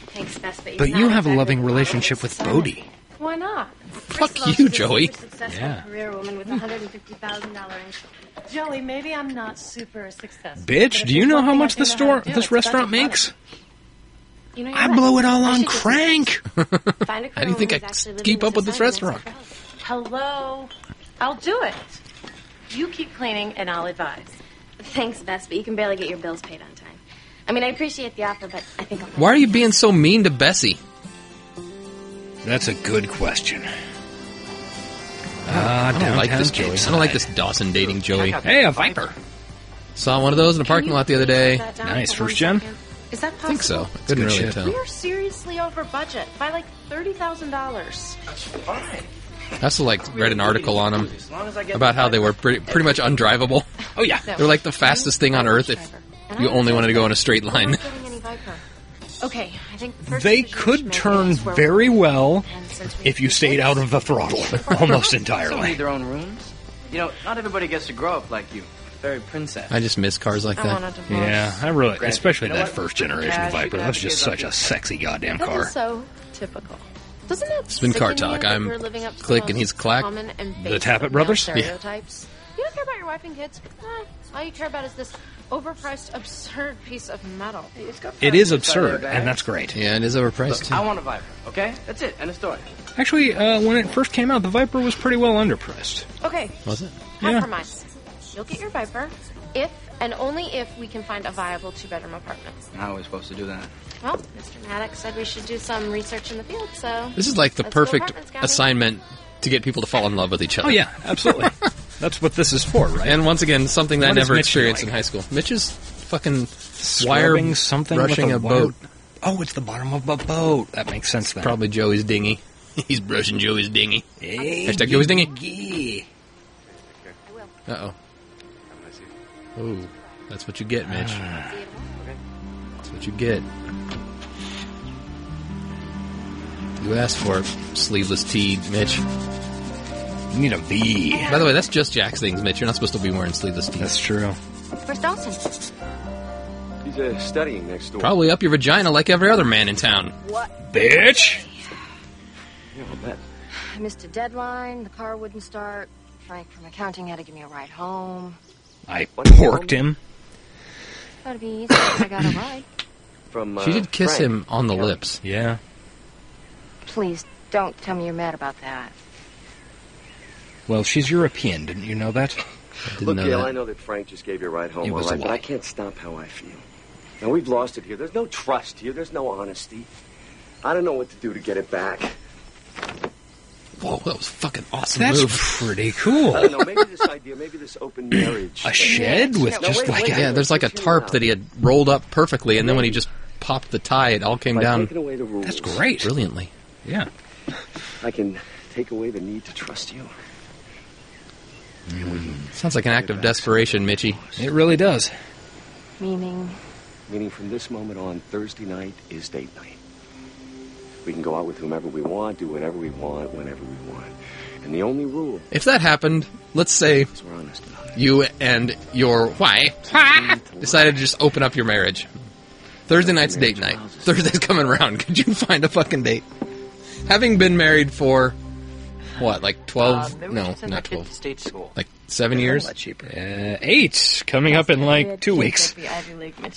M: Thanks, Bess, but,
B: But
M: he's
B: you
M: not
B: have a
M: exactly-
B: loving relationship with Bodhi.
M: Why not?
C: Fuck you, Joey.
M: Successful
B: Yeah.
M: career woman with $150,000 income. Joey, maybe I'm not super successful.
B: Bitch, do you know how much this store, this restaurant makes?
M: You know, you're
B: I
M: right.
B: blow it all
M: I
B: on
M: should just
B: crank.
M: find a
B: How do you
M: career woman
B: think I
M: who's actually living
B: keep
M: in
B: up with this
M: society and
B: restaurant?
M: myself. Hello. I'll do it. You keep cleaning and I'll advise.
N: Thanks, Bess, but you can barely get your bills paid on time. I mean, I appreciate the offer, but I think I'll.
C: Why are you being so mean to Bessie?
B: That's a good question. Ah,
C: I don't like
B: downtown
C: this Joey. I don't like this Dawson dating Joey.
B: Hey, a viper.
C: Saw one of those in a parking lot the other day.
M: that down Nice. for First one gen? second? Is that possible?
C: I think so. I couldn't
B: good
C: really
B: shit.
C: tell.
M: We are seriously over budget by like thirty thousand dollars. Fine.
C: I also like read an article on them
M: As long as I get
C: about how they were pretty, pretty much undrivable.
B: Oh yeah,
C: they're like the fastest thing on earth if you only wanted to go in a straight line.
M: Okay, I think first decision we
B: They
M: should
B: could
M: make
B: turn
M: is where we-
B: very well
M: And since we-
B: if you stayed out of the throttle almost
E: Some
B: entirely.
E: need their own rooms. You know, not everybody gets to grow up like you. Very princess.
C: I just miss cars like
E: I want a
C: that.
E: divorce.
B: Yeah, I really,
E: Great.
B: especially
E: You know
B: that
E: what?
B: first generation
E: Yeah,
B: Viper.
E: she
B: That's just
E: got
B: such a sexy goddamn
K: That
B: car.
K: is so typical. Doesn't that
B: It's been
K: sicken
B: car
K: you
B: talk.
K: that
B: I'm
K: we're living up to the
B: Click and
K: most
B: he's Clack.
K: common and
B: The
K: basic
B: Tappet
K: male
B: brothers? Yeah.
K: Stereotypes. You don't care about your wife and kids. Eh, all you care about is this overpriced, absurd piece of metal.
B: It is absurd, and that's great.
C: Yeah, it is overpriced.
E: I want a Viper, okay? That's it. End of story.
B: Actually, uh, when it first came out, the Viper was pretty well underpriced.
M: Okay,
B: Was it? Yeah.
M: compromise. You'll get your Viper if
J: and only if we can find a viable two-bedroom apartment.
E: How are we supposed to do that?
J: Well, Mr. Maddox said we should do some research in the field, so
C: This is like the
J: let's go
C: perfect
J: apartment scouting.
C: assignment to get people to fall in love with each other.
B: Oh yeah, absolutely. That's what this is for, right?
C: And once again, something that I
B: What is
C: never
B: Mitch
C: experienced
B: doing?
C: in high school. Mitch is fucking
B: Scrubbing
C: wire
B: something with
C: brushing
B: a
C: a,
B: wire-
C: boat.
B: Oh, it's the bottom of a boat. That makes sense. Then
C: Probably Joey's dinghy. He's brushing Joey's dinghy.
B: Hey,
C: Hashtag Joey's dinghy.
B: yeah.
C: Uh oh. Oh, that's what you get, Mitch. That's what you get. You asked for it. sleeveless tee, Mitch.
B: You need a V.
C: By the way, that's just Jack's things, Mitch. You're not supposed to be wearing sleeveless tees. That's
B: true.
F: Where's Dawson?
G: He's uh, studying next door.
C: Probably up your vagina like every other man in town.
F: What?
C: Bitch!
G: Yeah, I'll bet.
F: I missed a deadline. The car wouldn't start. Frank from accounting had to give me a ride home.
B: I porked him.
F: Thought it'd be easy. if I got a ride.
G: From
C: She
G: uh,
C: did kiss
G: Frank.
C: him on the lips.
B: Yeah.
F: Please don't tell me you're mad about that.
B: Well, she's European. Didn't you know that?
G: Look, Gail, I know that Frank just gave you a ride home,
B: It
G: all
B: was a
G: right, but
B: lie.
G: I can't stop how I feel. Now, we've lost it here. There's no trust here. There's no honesty. I don't know what to do to get it back.
C: Whoa, that was fucking awesome.
B: That's
C: move.
B: pretty cool.
G: I don't know. Maybe this idea, maybe this open marriage.
C: A
G: shed with No, just wait, like a- wait.
C: yeah, there's like a tarp that he had rolled up perfectly, and then when he just popped the tie, it all came
G: By
C: down.
G: taking away the rules, That's
B: great.
C: brilliantly.
B: Yeah.
G: I can take away the need to trust you.
C: Sounds like an act of desperation, Mitchy.
B: It really does.
F: Meaning,
G: Meaning, from this moment on, Thursday night is date night. We can go out with whomever we want, do whatever we want, whenever we want. And the only rule
C: If that happened, let's say you and your wife decided to just open up your marriage. Thursday night's date night. Thursday's coming around. Could you find a fucking date? Having been married for what, like twelve?
B: Uh, maybe we
C: no,
B: should send our
C: not
B: kid
C: twelve.
B: to state school.
C: Like seven years.
B: Uh, eight coming up in like two weeks.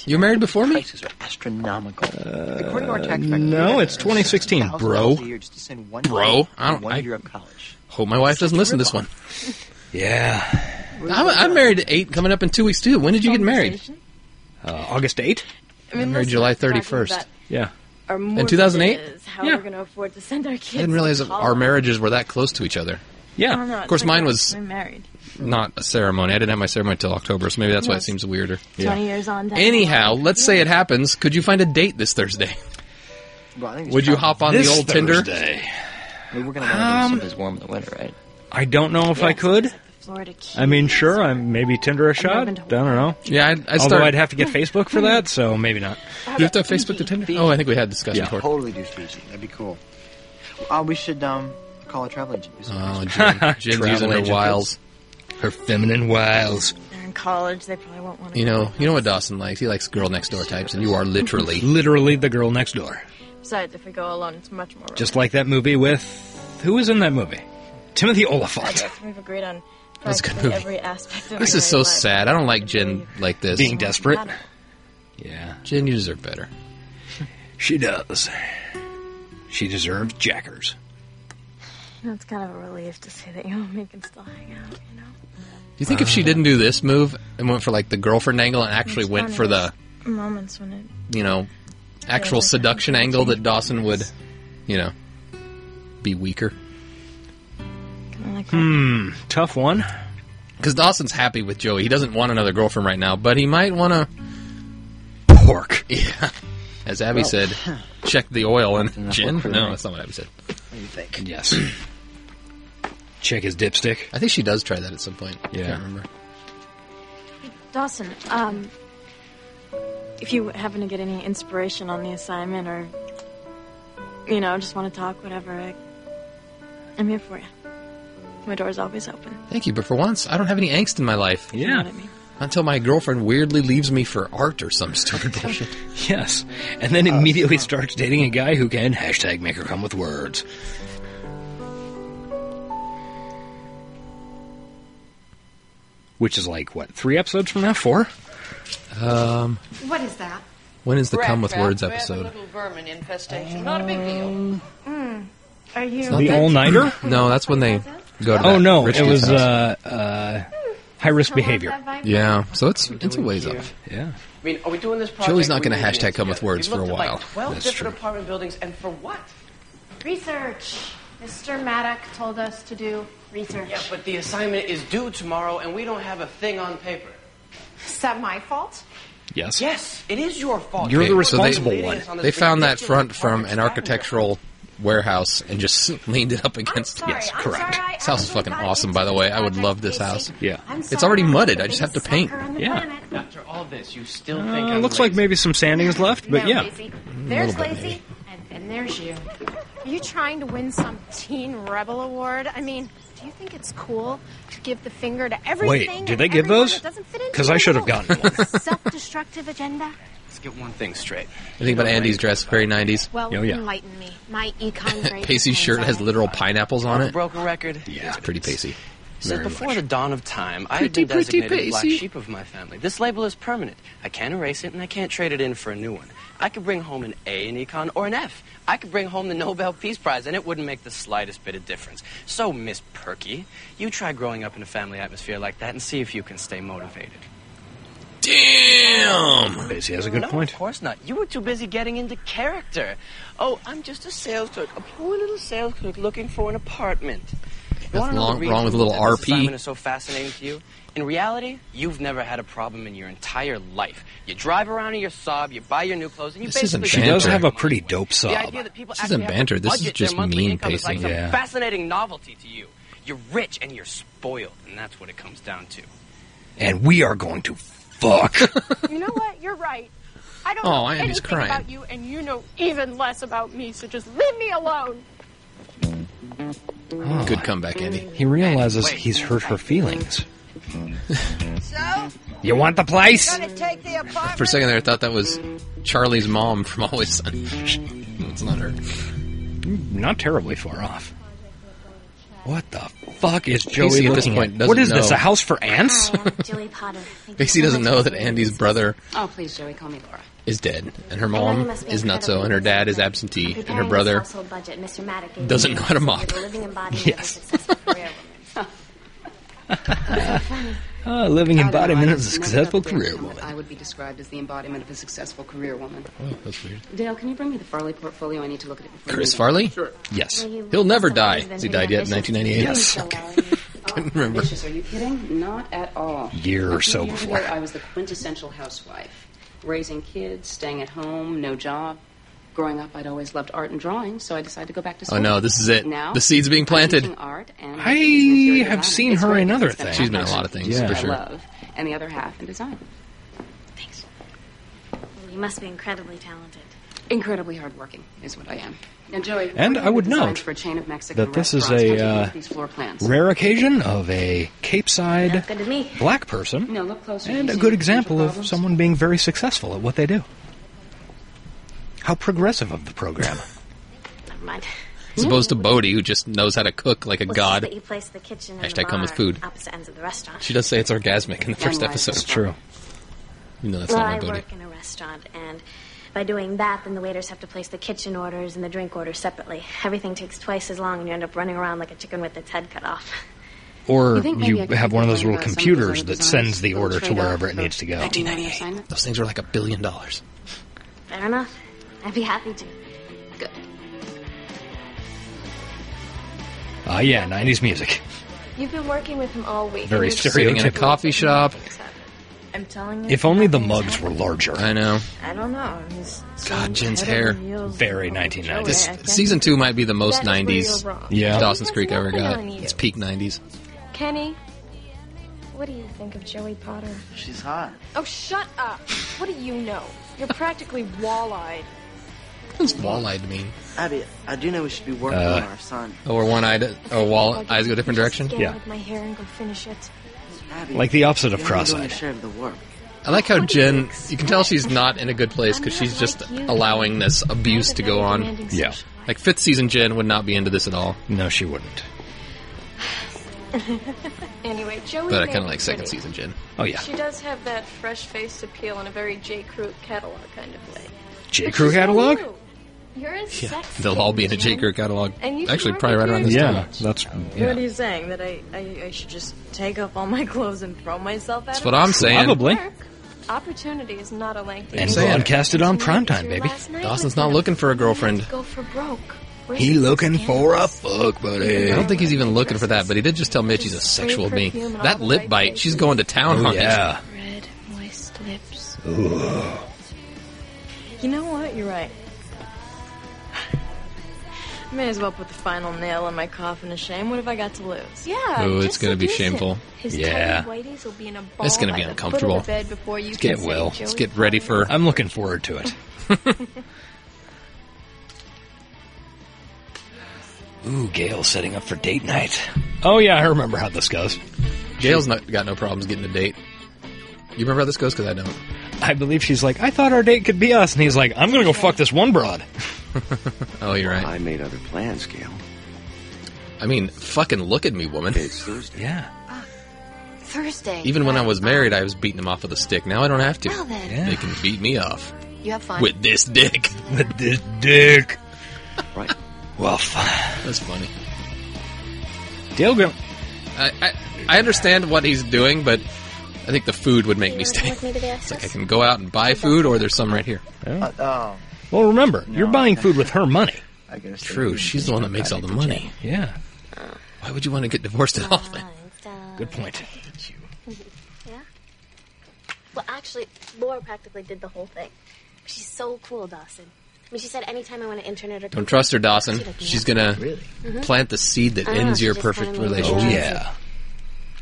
C: You married before me?
B: Prices
H: are astronomical.
B: According
H: Uh, to our tax record,
B: no, it's 2016,
H: $1,000
B: bro.
H: a year just to send one
C: Bro,
H: kid
C: I don't.
H: one
C: I
H: year of college.
C: hope my wife doesn't listen to this one.
B: Yeah.
C: I'm, I'm married at eight, coming up in two weeks too. When did you get married?
B: Uh, August 8th.
J: I mean,
C: married
J: let's
C: July
J: not be talking
C: 31st.
J: about
B: Yeah.
J: Our
C: In 2008?
J: mortgages, How we're going to afford to send our kids.
C: I didn't realize that our marriages were that close to each other.
J: I don't know,
C: Of
J: it's
C: course,
J: like
C: mine
J: we're-
C: was
J: We're married.
C: not a ceremony. I didn't have my ceremony till October, so maybe that's why
J: No,
C: it
J: it's
C: seems weirder.
J: 20 years on down.
C: Anyhow, let's say it happens. Could you find a date this Thursday?
H: Well, I think it's
C: Would you
H: probably-
C: hop on the old Tinder?
H: I mean, we're going to want
C: Um,
H: to do something warm in the winter, right?
B: I don't know if I could.
J: Florida
B: I mean, sure, I maybe Tinder a shot. I don't know.
C: Yeah, I'd, I'd
B: Although
C: start-
B: I'd have to get Facebook for that, so maybe not.
C: You have to have Facebook to Tinder. Oh, I think we had discussion
H: Yeah,
C: before.
H: totally do Fiji. That'd be cool. Uh, we should um, call a travel agent. Do some
C: Oh,
H: research.
C: Jen, Jen's using
B: Travel
C: her
B: agent.
C: wiles,
B: her feminine wiles.
J: They're in college. They probably won't want to.
C: You know, you know what Dawson likes. He likes girl next door types, and you are literally,
B: literally the girl next door.
J: Besides, if we go alone, it's much more.
B: Just like that movie with who was in that movie? Timothy Oliphant.
J: romantic. We've agreed on
C: That's a good
J: practically
C: movie.
J: every aspect of
C: This
J: our
C: is so
J: life.
C: sad. I don't like Jen like this.
B: Being desperate.
C: Yeah, Jen, you deserve better.
B: She does. She deserves jackers.
J: You know, It's kind of a relief to see that you and me can still hang out.
C: Do you think if
H: Uh.
C: she didn't do this move and went for like the girlfriend angle and actually
J: It's
C: went
J: funny,
C: for the
J: there's moments when it
C: you know actual seduction angle that Dawson would you know be weaker?
J: kind of like
B: Hmm, tough one.
C: Because Dawson's happy with Joey. He doesn't want another girlfriend right now, but he might want to
B: pork.
C: Yeah, as Abby
B: Well,
C: said, check the oil and Jen.
B: for the
C: No,
B: night.
C: that's not what Abby said.
H: What do you think?
B: Yes. Check his dipstick.
C: I think she does try that at some point. I
B: Yeah.
C: can't remember.
K: Dawson, um, if you happen to get any inspiration on the assignment or,
J: you know, just want to talk, whatever. I, I'm here for you. My door's always open.
C: Thank you, but for once, I don't have any angst in my life.
J: You know what I mean?
C: Until my girlfriend weirdly leaves me for art or some stupid bullshit.
B: Yes. And then immediately starts dating a guy who can hashtag make her come with words. Which is like what, three episodes from now? Four?
C: Um
O: What is that?
C: when is the
O: Rat
C: come with
O: trap
C: words
O: with a
C: episode?
O: little vermin infestation. Not a big deal.
K: are you?
C: It's not that- No, that's when they go to
B: Oh
C: that
B: no,
C: rich
B: it
C: dude's
B: was
C: house.
B: uh, uh, high risk behavior.
C: Yeah, so it's it's a ways off.
B: Yeah.
E: I mean, are we doing this project?
C: Joey's not
E: we're
C: gonna
E: doing
C: hashtag
E: it
C: come with
E: together?
C: words
E: We
C: for a
E: looked at, like,
C: while.
E: 12
C: That's
E: different
C: true.
E: apartment buildings, and for what?
M: Research. Mr. Maddock told us to do research.
E: Yeah, but the assignment is due tomorrow, and we don't have a thing on paper.
M: Is that my fault?
B: Yes.
E: Yes, it is your fault.
B: You're the
E: You're
B: responsible
E: leading
B: one.
E: us on this
C: They found that
E: ridiculous
C: front from an architectural warehouse and just leaned it up against. Yes, correct. This house is fucking awesome, by the way. I would love this house.
B: Yeah.
C: It's already mudded. I just have to paint.
B: Yeah.
E: After all this, you still
B: Uh,
E: think I'm
B: looks like maybe some sanding is left, but
M: No,
B: yeah.
M: Lazy.
B: A
M: There's
B: little bit,
M: Lazy,
B: maybe.
M: and then there's you. Are you trying to win some teen rebel award? I mean, do you think it's cool to give the finger to everything?
B: Wait,
M: and
B: did they give
M: everyone
B: those?
M: that doesn't fit into
B: Because I
M: your
B: should have
M: mold?
B: gotten one.
M: Self-destructive agenda.
E: Let's get one thing straight.
C: I think about Andy's dress, very 90s.
M: Well,
K: Oh,
M: enlighten me.
N: My econ grade.
C: Oh, Pacey's shirt has literal pineapples on it.
E: Broken record. Yeah,
C: it's pretty Pacey.
E: Since before the dawn of time, I have
C: Pretty,
E: been
C: pretty
E: designated the black
C: Pacey.
E: sheep of my family. This label is permanent. I can't erase it, and I can't trade it in for a new one. I could bring home an A in econ or an F. I could bring home the Nobel Peace Prize, and it wouldn't make the slightest bit of difference. So, Miss Perky, you try growing up in a family atmosphere like that and see if you can stay motivated.
C: Damn!
B: Lacey has a good
E: no,
B: point.
E: Of course not. You were too busy getting into character. Oh, I'm just a sales clerk, a poor little sales clerk looking for an apartment. You wanna know the
C: wrong-
E: reason
C: wrong with a little
E: that this
C: RP?
E: assignment is so fascinating to you. In reality, you've never had a problem in your entire life. You drive around in your sob, you buy your new clothes, and you
C: This isn't
E: basically
B: She does
C: Banter.
B: have a pretty dope
E: the
B: sob.
E: idea that people
C: This isn't
E: actually have to
C: banter. This is
E: budget
C: just
E: their monthly
C: mean
E: income is like
C: pacing.
E: some
C: Yeah.
E: fascinating novelty to you. You're rich and you're spoiled, and that's what it comes down to.
B: And we are going to fuck.
P: You know what? You're right. I don't
B: Oh,
P: know
B: Andy's
P: anything
B: crying.
P: about you, and you know even less about me. So just leave me alone.
C: Good comeback, Andy.
B: He realizes he's hurt her feelings.
Q: So?
B: You want the place?
Q: Gonna take the apartment?
C: For a second there, I thought that was Charlie's mom from Always Sunny. it's not her.
B: Not terribly far off. What the fuck is
C: Pacey
B: Joey
C: at this
B: looking
C: point doesn't
B: What is this?
C: know.
B: A house for
K: Uh,
B: ants?
K: Joey Potter. Thank you
C: Pacey
K: so
C: doesn't
K: much
C: know
K: for
C: that Andy's brother
K: Oh, please, Joey, call me Laura.
C: is dead, and her mom is nutso, and her dad is absentee, and her
K: Preparing this
C: brother.
K: household budget, Mr. Maddock gave
C: doesn't
K: me
C: know how to
K: the
C: mop.
K: living embodiment of a
C: Yes.
K: successful career woman.
B: Ah, living
O: Otherwise,
B: embodiment of a
O: most
B: successful
O: upgrade
B: career
O: summit,
B: woman.
O: I would be described as the embodiment of a successful career woman.
C: Oh, that's weird.
O: Dale, can you bring me the Farley portfolio? I need to look at it. Before
C: Chris
O: leaving.
C: Farley?
B: Yes.
C: He'll never die. Has he died yet in 1998?
O: Yes.
C: Couldn't remember.
O: Ambitious, Uh, Are you kidding? Not at all.
B: Year or
O: A few
B: so
O: years
B: before.
O: ago, I was the quintessential housewife, raising kids, staying at home, no job. Growing up, I'd always loved art and drawing, so I decided to go back to
C: Oh
O: school.
C: no, this is it.
O: Now,
C: The seed's being
O: I'm
C: planted.
O: teaching art and
B: I have seen her in other
O: spend
B: things.
C: She's been in a lot of things,
B: Yeah.
C: for
O: I
C: sure.
O: love, and the other half in design.
N: You must be incredibly talented.
O: Incredibly hardworking is what I am. Now, Joey,
B: And I would
O: designs
B: note
O: for a chain of Mexican
B: That this is
O: restaurants. Don't
B: a
O: you love
B: uh,
O: these floor plans?
B: rare occasion of a Capeside
O: good to me.
B: black person
O: No, look closer.
B: and
O: You
B: a
O: see
B: good
O: the
B: example
O: potential
B: of
O: problems?
B: someone being very successful at what they do. How progressive of the program.
N: Never mind.
C: As opposed to Bodhi, who just knows how to cook like a
N: Well, it's just
C: god.
N: That you place the kitchen and the
C: Hashtag
N: bar
C: come with food.
N: opposite ends of the restaurant.
C: She does say it's orgasmic in the first
N: And why is
C: episode.
N: this It's true.
C: You know that's
N: well,
C: not my
N: I
C: Bodhi.
N: work in a restaurant, and by doing that, then the waiters have to place the kitchen orders and the drink orders separately. Everything takes twice as long, and you end up running around like a chicken with its head cut off.
B: Or
N: You think maybe
B: you
N: I could
B: have one of those
N: learn
B: little
N: about some of those
B: computers
N: other
B: that
N: designs,
B: sends the
N: little
B: order to
N: trade-off
B: wherever it
N: for
B: needs to go.
N: 1998.
C: Those things are like a billion dollars.
N: Fair enough. I'd be happy to. Good.
B: Ah, yeah, 90s music.
K: You've been working with him all week.
B: Very
K: and you're
B: Sitting in a
K: totally
B: coffee
C: shop.
K: I'm telling you.
B: If only the mugs were larger. I
C: know.
K: I don't know. He's so
C: God, Jen's hair.
K: incredible.
B: Very 1990s.
C: This season two might be the most
K: That is where you're
C: 90s
K: wrong.
B: Yeah.
C: Dawson's Creek ever
K: nothing
C: got.
K: on you.
C: It's peak 90s.
K: Kenny, what do you think of Joey Potter?
R: She's hot.
K: Oh, shut up. What do you know? You're practically wall-eyed.
C: What's wall-eyed mean?
R: Abby, I do know we should be working
C: Uh,
R: on our son.
C: Oh, or one-eyed, or wall eyes go a different direction.
K: Get with my hair and go finish it.
R: Abby,
C: Like the opposite of
R: you're only doing
C: cross-eyed.
R: a share of the work.
C: I like how Jen. You can tell she's not in a good place because she's just allowing this abuse to go on.
B: Yeah.
C: Like fifth season, Jen would not be into this at all.
B: No, she wouldn't.
Q: Anyway, Joey.
C: But I
Q: may
C: kind of
Q: be
C: like second
Q: pretty.
C: season Jen.
B: Oh,
Q: She does have that fresh faced appeal in a very J. Crew catalog kind of way.
B: J. Crew catalog?
K: You're a sex
C: They'll all be in a J. Kerr catalog.
J: And you should
C: Actually,
J: work
C: probably
J: with
C: right around this
J: your-
C: time.
J: Yeah,
B: that's
J: What are you saying? That I, I, I should just take off all my clothes and throw myself at
C: That's
J: it?
C: what I'm saying. Probably.
S: Opportunity is not a lengthy.
C: And
S: road.
C: broadcast it on primetime,
S: baby. Last night
C: Dawson's
S: with
C: not
S: them.
C: looking for a girlfriend.
S: Go for broke.
C: He looking for a fuck, buddy.
S: Yeah.
C: I don't think he's even looking for that, but he did just tell Mitch he's a sexual being. That lip bite, she's going to town
B: Oh,
C: on it.
B: yeah.
J: Red, moist lips.
B: Ooh.
J: You know what? You're right. May as well put the final nail in my coffin of shame. What have I got to lose?
S: Yeah.
C: Ooh, it's
S: just
C: gonna be
S: seduce
C: shameful.
S: him. His
C: Yeah.
S: tiny whiteys will be in a ball
C: It's gonna
S: by
C: be
S: the foot of
C: uncomfortable.
S: the bed before you
C: It
S: can
C: will.
S: say
C: Let's
S: Joey
C: get ready for.
B: I'm looking forward to it. Ooh, Gail's setting up for date night. Oh yeah, I remember how this goes.
C: Gail's not, got no problems getting a date. You remember how this goes? Because I don't.
B: I believe she's like, I thought our date could be us, and he's like, I'm gonna go fuck this one broad.
C: Oh, you're right.
G: I made other plans, Gail.
C: I mean, fucking look at me, woman.
B: Yeah.
F: Thursday.
C: Even when I was married, I was beating him off with a stick. Now I don't have to.
F: Well, then. Yeah.
C: They can beat me off
F: You have fun.
C: with this dick.
B: With this dick.
G: Right.
B: well, fine.
C: That's funny.
B: Dale Grim.
C: I, I I understand what he's doing, but I think the food would make me stay. It's like I can go out and buy food, or there's some right here.
L: Oh,
B: Well, remember, you're buying food with her money.
L: I guess.
C: True. She's the one that makes all the money.
B: Yeah.
C: Why would you want to get divorced at all? Then?
B: Good point.
N: yeah? Well, actually, Laura practically did the whole thing. She's so cool, Dawson. I mean, she said anytime I want to internet or
C: Don't trust her, Dawson.
N: She'd hook me
C: She's
N: up.
C: gonna
N: Mhm.
C: plant the seed that
N: I don't know,
C: ends
N: she
C: your
N: just kinda
C: perfect
N: made me
C: relationship.
N: realize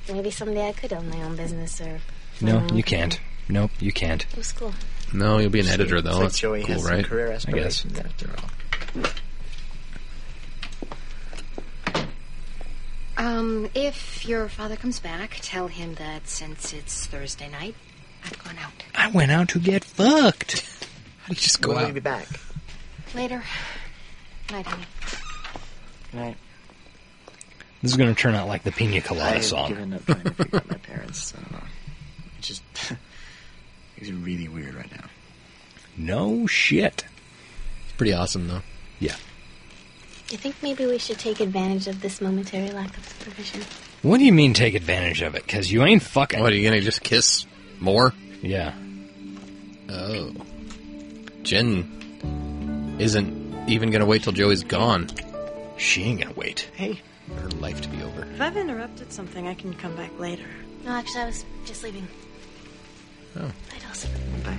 N: it. Maybe someday I could own my own business or.
B: No,
N: Mhm.
B: you can't. Nope, you can't.
N: It was cool.
C: No, you'll be an
N: It's
C: editor though.
N: like
C: That's
N: Joey
C: cool,
N: has some
C: right?
N: career
B: I guess.
L: after all.
F: Um, if your father comes back, tell him that since it's Thursday night, I've gone out.
B: I went out to get fucked.
C: How do you just go
L: When will
C: out?
L: you be back?
F: Later. Night, honey.
L: Right.
B: This is gonna turn out like the Pina
L: I
B: Colada
L: have
B: song.
L: given up trying to figure out my parents. I don't
R: uh,
L: know. It just things are really weird right now.
B: No shit.
C: It's pretty awesome though.
B: Yeah.
N: I think maybe we should take advantage of this momentary lack of supervision.
B: What do you mean take advantage of it? Because you ain't fucking.
C: What are you gonna just kiss more?
B: Yeah.
C: Oh, Jen isn't even gonna wait till Joey's gone.
B: She ain't gonna wait.
J: Hey.
C: for her life to be over.
J: If I've interrupted something, I can come back later.
N: No, actually, I was just leaving.
C: Oh.
N: Bye, Dawson.
L: Bye.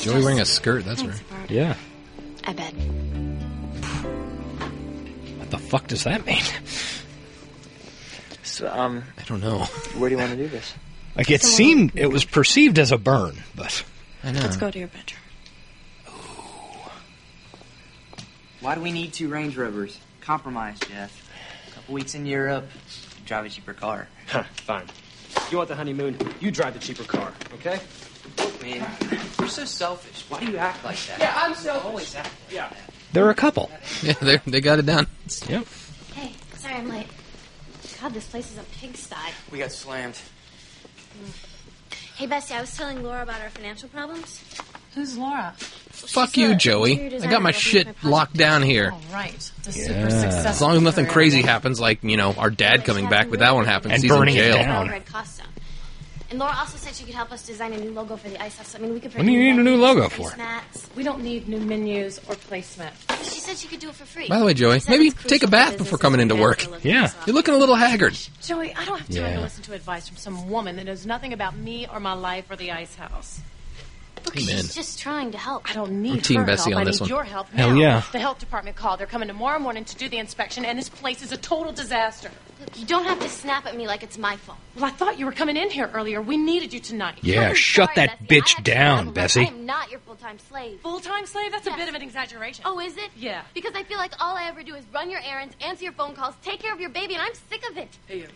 C: Joey wearing a skirt. That's right.
B: Yeah.
F: I bet.
B: What the fuck does that mean?
L: So, um,
C: I don't know.
L: where do you want to do this?
B: Like it seemed, it was perceived as a burn, but
C: I
J: Let's go to your bedroom.
L: Why do we need two Range Rovers? Compromise, Jeff. A couple weeks in Europe, drive a cheaper car.
T: Huh, fine. You want the honeymoon? You drive the cheaper car, okay?
E: Man, you're so selfish. Why do you act like that?
T: Yeah, I'm selfish.
E: Always act like
T: Yeah.
B: they're a couple.
C: Yeah, they they got it down.
B: Yep.
N: Hey, sorry I'm late. God, this place is a pigsty.
E: We got slammed.
N: Hey, Bessie, I was telling Laura about our financial problems.
U: Who's Laura?
C: Fuck you, Joey.
N: interior
C: I got
N: designer
C: my
N: that
C: shit
N: worked with my
C: locked down here.
U: All right. The
C: Yeah.
U: super successful.
C: As long as nothing
U: career.
C: crazy happens, like you know, our dad coming back, but that won't happen. 'cause
B: And
C: he's in
B: burning it
C: jail.
B: down.
N: Red Costa. And Laura also said she could help us design a new logo for the ice house. I mean, we could.
B: What do you need a new logo for?
N: Placemats.
U: We don't need new menus or placement.
N: She said she could do it for free.
C: By the way,
N: She
C: Joey,
N: said
C: maybe
N: it's crucial
C: take a
N: for
C: bath
N: business
C: before coming into
N: and
C: work.
N: for local
B: Yeah.
N: soft-
C: You're looking a little haggard.
U: Joey, I don't have time
C: Yeah.
U: to listen to advice from some woman that knows nothing about me or my life or the ice house.
N: Look,
C: Amen.
N: she's just trying to help.
U: I don't need
C: I'm team
U: her
C: Bessie
U: help.
C: on
U: I
C: this
U: need
C: one.
U: your help now.
C: Hell yeah.
U: The health department called. They're coming tomorrow morning to do the inspection, and this place is a total disaster.
N: Look, you don't have to snap at me like it's my fault.
U: Well, I thought you were coming in here earlier. We needed you tonight.
B: Yeah, shut that bitch
N: I
B: down, Bessie.
N: am not your full-time slave.
U: Full-time slave? That's a bit of an exaggeration.
N: Oh, is it?
U: Yeah.
N: Because I feel like all I ever do is run your errands, answer your phone calls, take care of your baby, and I'm sick of it.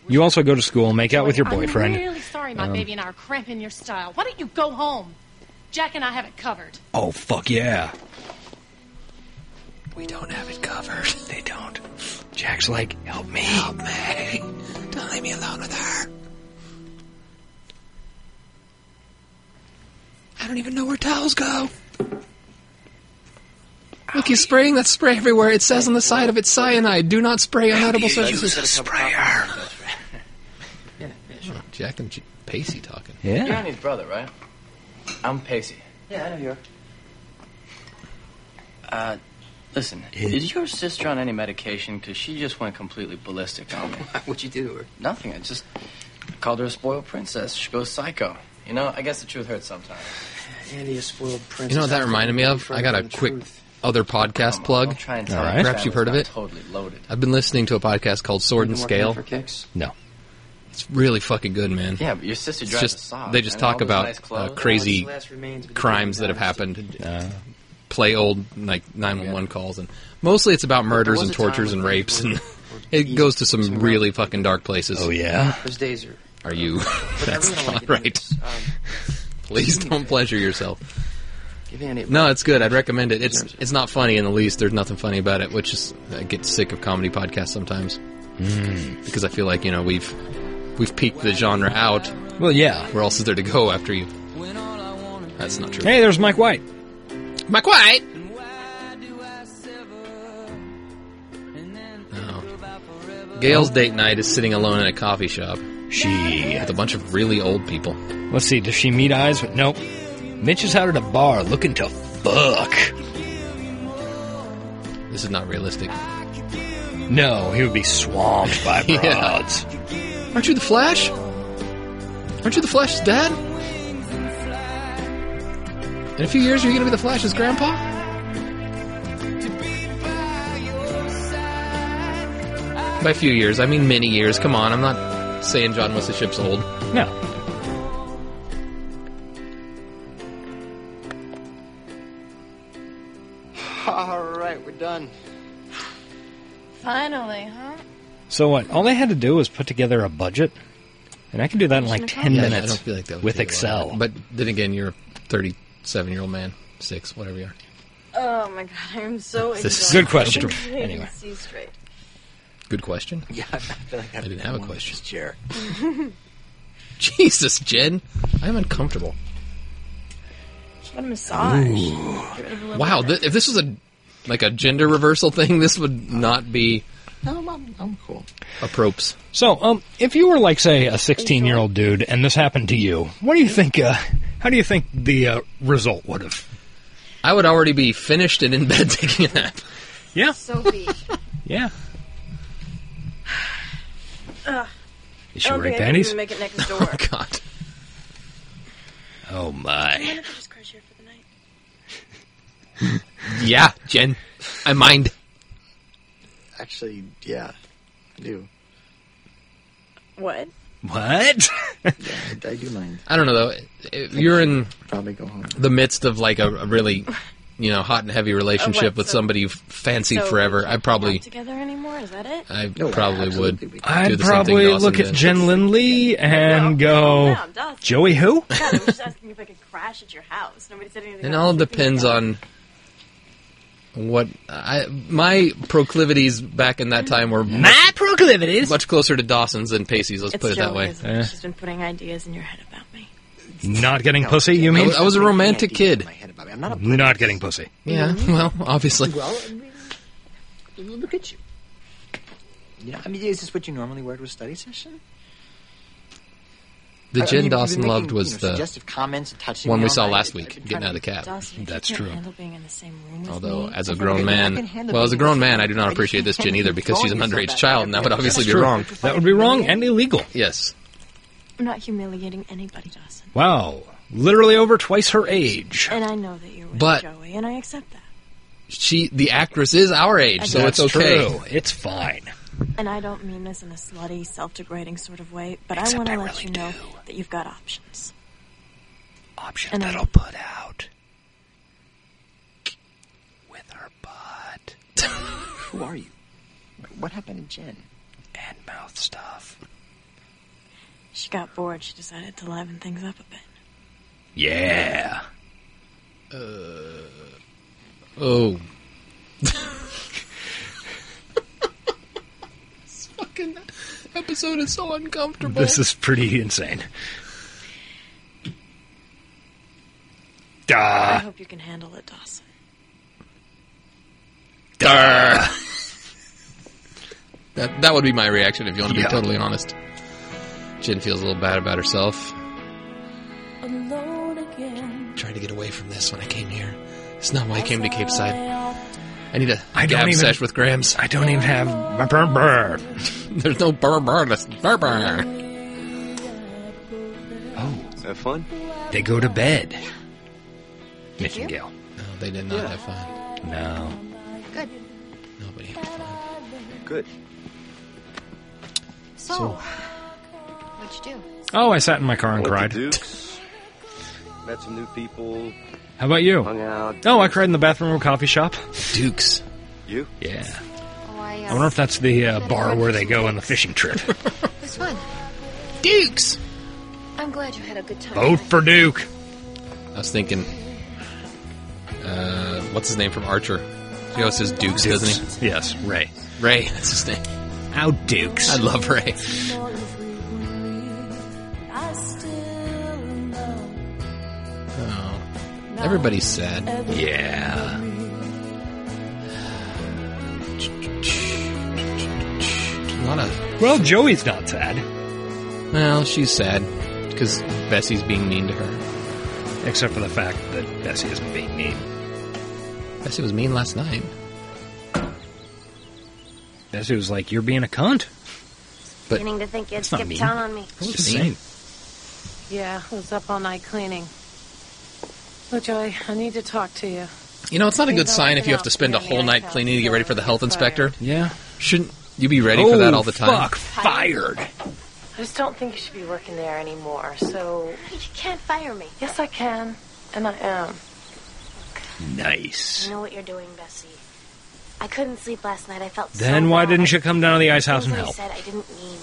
B: You also go to school and make out with your
U: Joey,
B: boyfriend.
U: I'm really sorry my
B: Um,
U: baby and I are cramping your style. Why don't you go home? Jack and I have it covered.
B: Oh fuck yeah. We don't have it covered. They don't. Jack's like, help me. Help me. Don't leave me alone with her.
C: don't even know where towels go. Look, he's spraying that spray everywhere. It says on the side of it cyanide. Do not spray on edible substances.
V: sprayer.
C: Jack and J- Pacey talking.
E: You're Annie's brother, right? I'm Pacey. Yeah, I know you are. Uh, listen, is your sister on any medication? Because she just went completely ballistic on me. What'd you do to her? Nothing. I just called her a spoiled princess. She goes psycho. You know, I guess the truth hurts sometimes.
L: Andy, a spoiled princess.
C: You know what that reminded me of? I got a quick other podcast plug.
L: I'll try and
C: All
L: tell
C: right.
L: you.
C: Perhaps you've heard of it.
E: Totally loaded.
C: I've been listening to a podcast called Sword
E: Been
C: and
E: working
C: Scale.
E: for kicks?
C: No, it's really fucking good, man.
E: Yeah, but your sister
C: It's
E: drives
C: just,
E: a Saab,
C: They just
E: man. All
C: talk
E: those
C: about
E: nice
C: uh,
E: clothes.
C: crazy
E: All this last remains of the
C: crimes that have happened.
B: Uh,
C: Uh, play old like nine one one calls, and mostly it's about murders
L: was
C: and
L: a time
C: tortures
L: when
C: and
L: things
C: rapes, and it goes to some really fucking dark places. Oh yeah,
L: Those days are.
C: are you? That's
L: everyone like
C: not right. Please don't pleasure yourself.
L: Give Andy. a
C: No, it's good. I'd recommend it. It's it's not funny in the least. There's nothing funny about it, which is I get sick of comedy podcasts sometimes because I feel like you know we've we've peaked the genre out. Well, yeah. Where else is there to go after you? That's not true.
B: Hey, there's Mike White.
C: Mike White. Gail's date night is sitting alone in a coffee shop. She with a bunch of really old people.
B: uh, Let's see, does she meet eyes? with- Nope. Mitch is out at a bar looking to fuck.
C: This is not realistic.
B: No, he would be swamped by
C: Yeah.
B: broads.
C: Aren't you the Flash? Aren't you the Flash's dad? In a few years, are you going to be the Flash's grandpa? By a few years, I mean many years. Come on, I'm not saying John Wesley Ship's old.
B: No.
L: All right, we're done.
S: Finally, huh?
B: So what? All they had to do was put together a budget, and I can do that in like ten
C: Yeah,
B: minutes
C: I don't feel like that would
B: with
C: take a
B: Excel.
C: while. But then again, you're a 37 year old man, six, whatever you are.
J: Oh my god, I'm so.
C: This is-
J: exhausted.
C: Good
J: I
C: question.
J: can't even
C: Anyway.
J: see straight.
C: Good question.
L: Yeah, I feel like
C: I didn't have a question.
L: Chair.
C: Jesus, Jen, I'm uncomfortable.
J: Just want a massage.
C: Ooh.
J: Get rid of a little
C: Wow,
J: bit.
C: th- if this was a like a gender reversal thing, this would not be
L: No, I'm, I'm Oh, cool.
C: a props.
B: So, um, if you were like, say, a 16 year old dude, and this happened to you, what do you think? Uh, how do you think the uh, result would have?
C: I would already be finished and in bed taking a nap.
B: Yeah,
J: Sophie.
B: yeah.
J: Ugh.
B: Is she
J: I don't
B: wearing
J: think I can
B: panties?
J: even make it next door.
C: Oh God.
B: Oh
J: Why
B: my.
J: don't you just crash here for the night?
C: Yeah, Jen, I mind.
L: Actually, yeah, I do.
J: What?
B: What?
L: I, I do mind.
C: I don't know though. If you're in
L: Probably go home.
C: the midst of like a, a really, you know, hot and heavy relationship
J: Uh, what,
C: with
J: so-
C: somebody you've fancied
J: So we
C: forever,
J: can't
C: I
J: hang out
C: probably,
J: together anymore? Is that it?
C: I
L: No,
C: probably would.
L: absolutely we
C: do the
B: I'd
C: same thing
B: probably
C: Dawson
B: look at
C: did.
B: Jen Lindley and
J: No,
B: go,
J: I'm done.
B: Joey who?
J: God, I was just asking if I could crash at your house. Nobody said anything.
C: It
J: about
C: all
J: sleeping
C: depends
J: together.
C: on what I my proclivities back in that
L: Mm-hmm.
C: time were my
B: proclivities
C: much closer to Dawson's than Pacey's. Let's
J: It's
C: put it that
J: Joey,
C: way.
J: isn't it? She's been putting ideas in your head about me.
B: Not getting pussy, you
C: I
B: mean?
C: was, I was a romantic kid.
L: I'm not a.
B: Not getting pussy.
C: Yeah, well, obviously.
L: Well, I mean, look at you. Yeah, I mean, is this what you normally wear to a study session?
C: The
L: I- I
C: Jen
L: mean, if you've been
C: Dawson
L: making,
C: loved
L: you know,
C: was the
L: suggestive comments and touching
C: one
L: me
C: we
L: all
C: saw
L: night,
C: last
L: I-
C: week,
L: I've been
C: getting
L: trying
C: out of the
L: to-
C: cab.
J: Dawson, if
B: That's
J: you can't
B: true.
J: handle being in the same room with
C: Although,
J: me,
C: as a
J: I
C: grown
J: think I can
C: man,
J: handle
C: well, as a
J: being
C: grown
J: with
C: man,
J: you.
C: I do not appreciate this Jen either because she's an underage child, and that would obviously be
B: That's true.
C: wrong.
B: That would be wrong and illegal.
C: Yes.
J: I'm not humiliating anybody, Dawson.
B: Wow. Literally over twice her age.
J: And I know that you're with
C: But-
J: Joey, and I accept that.
C: She, the actress, is our age, so
B: That's
C: it's okay.
B: true. It's fine.
J: And I don't mean this in a slutty, self-degrading sort of way, but I
B: Except
J: want
B: I
J: to let
B: really
J: you know that you've got options.
B: Option
J: And I-
B: that'll put out with her butt
L: Who are you? What happened to Jen?
B: and mouth stuff.
J: She got bored. She decided to liven things up a bit.
B: Yeah.
C: Oh,
L: Fucking episode is so uncomfortable.
B: This is pretty insane.
J: I
B: Duh.
J: hope you can handle it, Dawson.
B: Duh.
C: That that would be my reaction if you want to
B: Yeah.
C: be totally honest. Jin feels a little bad about herself.
W: Alone again.
C: Trying to get away from this when I came here. It's not why I came to Cape Side. I need a
B: I don't
C: gab
B: even-
C: sesh with Grams. I don't even have burr burr. There's no burr burr. That's burr burr.
B: Oh,
G: Have fun.
B: they go to bed. Mitch and Gail.
C: No, they did not have fun.
B: No.
F: Good.
C: Nobody had fun.
G: Good.
F: So,
C: So-
F: what'd you do?
B: Oh, I sat in my car
G: Went
B: and
G: to
B: cried.
G: Duke's. Met some new people.
B: How about you?
G: Hung out.
B: Oh, I cried in the bathroom of a coffee shop.
C: Dukes.
G: You?
B: Yeah.
F: Oh, I,
B: I
F: uh,
B: wonder if that's the uh, bar where they go on the fishing trip.
F: it was fun.
C: Dukes!
F: I'm glad you had a good time.
B: Vote for Duke.
C: I was thinking, uh, what's his name from Archer? He always says Dukes, doesn't he?
B: Yes, Ray.
C: Ray, that's his name.
B: How Dukes?
C: I love Ray.
W: I still know
C: Oh, everybody's sad.
W: Yeah.
C: Not a
B: Well, Joey's not sad.
C: well, she's sad because Bessie's being mean to her.
B: Except for the fact that Bessie isn't being mean.
C: Bessie was mean last night.
B: Bessie was like, You're being a cunt. But
N: Beginning to think you'd
B: it's not
N: skip
B: mean.
N: town on me.
B: It's just saying.
X: Yeah, I was up all night cleaning. Look, Joey, I need to talk to you.
C: You know, it's not a
X: You've
C: good
X: always
C: sign if
X: been
C: you have
X: out
C: to spend a
X: cleaning
C: whole
X: the
C: night
X: house.
C: cleaning to get ready for the health inspector.
B: Yeah.
C: Shouldn't you be ready for that all the time?
B: Oh, Fuck, fired.
X: I just don't think you should be working there anymore, so.
N: You can't fire me.
X: Yes, I can, and I am.
B: Nice.
N: I know what you're doing, Bessie. I couldn't sleep last night. I felt so
B: Then why
N: bad.
B: didn't you come down to the ice house
N: Things
B: and
N: I
B: help?
N: said I didn't mean.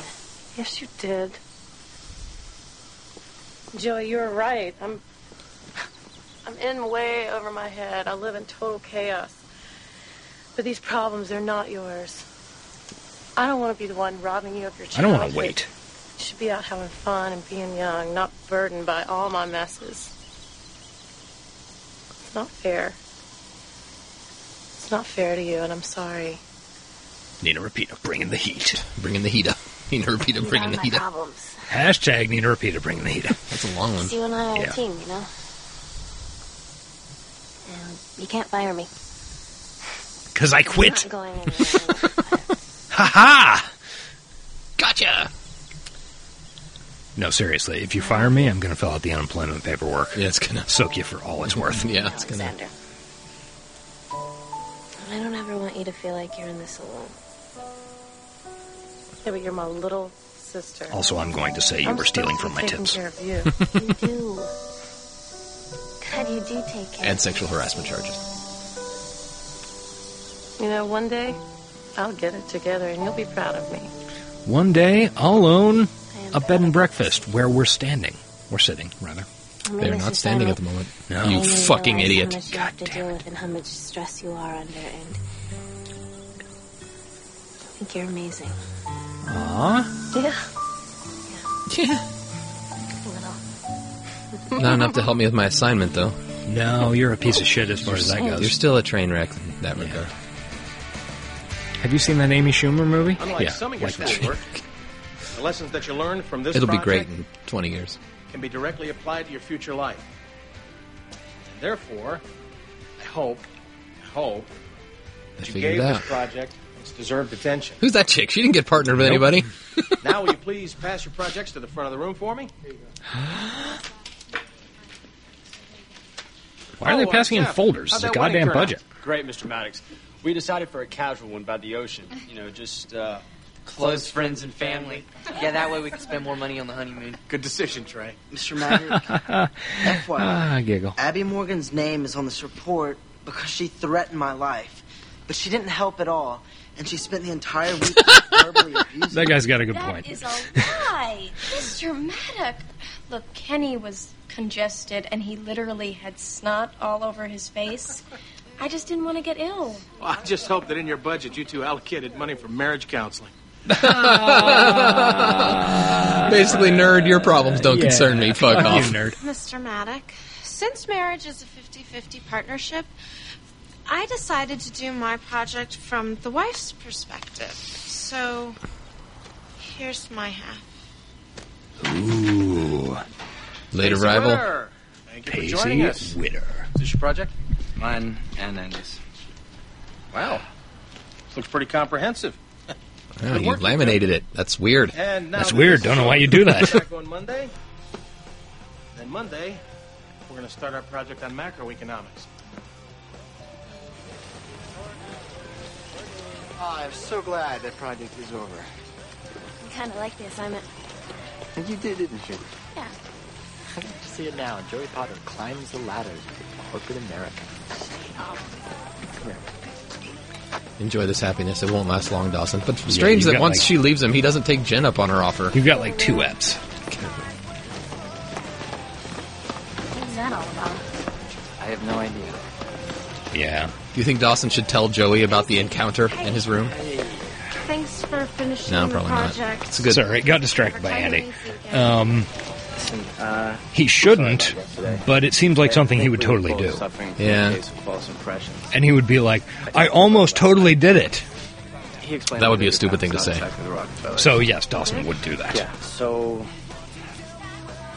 X: Yes, you did. Joey, you're right. I'm. I'm in way over my head. I live in total chaos. But these problems, they're not yours. I don't want to be the one robbing you of your
B: I don't want
X: childhood.
B: to wait.
X: You should be out having fun and being young, not burdened by all my messes. It's not fair. It's not fair to you, and I'm sorry.
B: Nina Rapita bringing the heat.
C: Bringing the heat up. Nina Rapita bringing the heat up.
N: Problems.
B: Hashtag Nina Rapita bringing the heat up.
C: That's a long
N: See, you and I are
B: Yeah.
N: a team, you know? And you can't fire me.
B: Because I quit.
N: I'm not going anywhere.
B: Ha ha!
C: Gotcha!
B: No, seriously, if you fire me, I'm going to fill out the unemployment paperwork.
C: Yeah, it's going to
B: soak you for all it's worth.
C: yeah, it's gonna.
N: Alexander. I don't ever want you to feel like you're in this alone.
X: Yeah, but you're my little sister.
B: Also, I'm going to say you
X: I'm
B: were stealing from
X: supposed
B: my
X: to be
B: tips.
X: taking care of you.
N: You do. God, you do take care.
C: And sexual harassment charges.
X: you know, one day I'll get it together and you'll be proud of me.
B: One day, I'll own a bed and breakfast where we're standing. We're sitting, rather.
N: I'm gonna miss you so much.
B: No.
N: I
C: You
N: didn't
C: fucking
N: realize
C: idiot.
N: How much you have to deal with and how much stress you are under, and I think you're amazing.
B: Aw.
N: Yeah.
C: Yeah. Not enough to help me with my assignment, though.
B: No, you're a piece of shit as far as that
C: You're
B: goes.
C: still a train wreck in that regard.
B: Have you seen that Amy Schumer movie?
A: Unlike some of your
B: like that.
A: schoolwork, the lessons that you learn from this
C: It'll be great
A: project
C: in 20 years.
A: can be directly applied to your future life. And therefore, I hope, I hope
C: I
A: that you
C: figured
A: gave
C: it
A: this
C: out.
A: project its deserved attention.
C: Who's that chick? She didn't get partnered with anybody.
A: now, will you please pass your projects to the front of the room for me?
B: Why are they
C: Oh,
T: uh,
B: passing in
T: Jeff,
B: folders?
T: how'd
B: It's a
T: that wedding turn
B: goddamn
T: out?
B: budget.
T: Great, Mr. Maddox. We decided for a casual one by the ocean. You know, just uh,
L: Close friends and family. Yeah, that way we can spend more money on the honeymoon. Good decision, Trey. Mr. Maddox,
B: Ah, I giggle.
Y: Abby Morgan's name is on this report because she threatened my life, but she didn't help at all, and she spent the entire week verbally abusing.
B: That guy's got a good
K: That
B: point.
K: is a lie. It's dramatic. Look, Kenny was congested and he literally had snot all over his face. I just didn't want to get ill.
A: Well, I just hope that in your budget you two allocated money for marriage counseling.
C: Basically, nerd, your problems don't concern me. Fuck
B: Uh, Fuck
C: off.
B: you, nerd.
M: Mr. Maddox, Since marriage is a 50 50 partnership, I decided to do my project from the wife's perspective. So here's my half.
C: Ooh. Late
E: Pace
C: arrival.
E: Winner. Thank you
C: Pacey
E: for joining us.
C: Winner.
E: Is this your project? Mine and Andy's. Wow.
A: This looks pretty comprehensive.
C: Oh, you laminated it. That's weird.
A: And now
C: That's
A: that
C: weird.
A: this
C: Don't know
A: is
C: why you do that.
A: back on Monday. Then Monday, we're going to start our project on macroeconomics.
D: I'm so glad that project is over.
N: I kind of like the assignment.
D: And you did, didn't you?
N: Yeah.
D: I get to see it now. Joey Potter climbs the ladders of corporate America. Come here.
C: Enjoy this happiness. It won't last long, Dawson. But it's strange that
B: you've got,
C: once
B: like-
C: she leaves him, he doesn't take Jen up on her offer.
B: You've got like two eps.
N: What is that all about?
D: I have no idea.
C: Yeah. Do you think Dawson should tell Joey about the encounter in his room?
M: Thanks for finishing
C: No,
M: the
C: probably not.
M: project.
C: It's a good.
B: Sorry, got distracted by Andy. Um, he shouldn't, but it seems like something he would totally do.
C: Yeah.
E: False impression.
B: And he would be like, I almost totally did it.
E: He explained
C: That would
E: the
C: be a stupid thing to
E: economics
C: say.
E: outside of the Rockefeller.
B: So, yes, Dawson would do that.
E: Yeah. So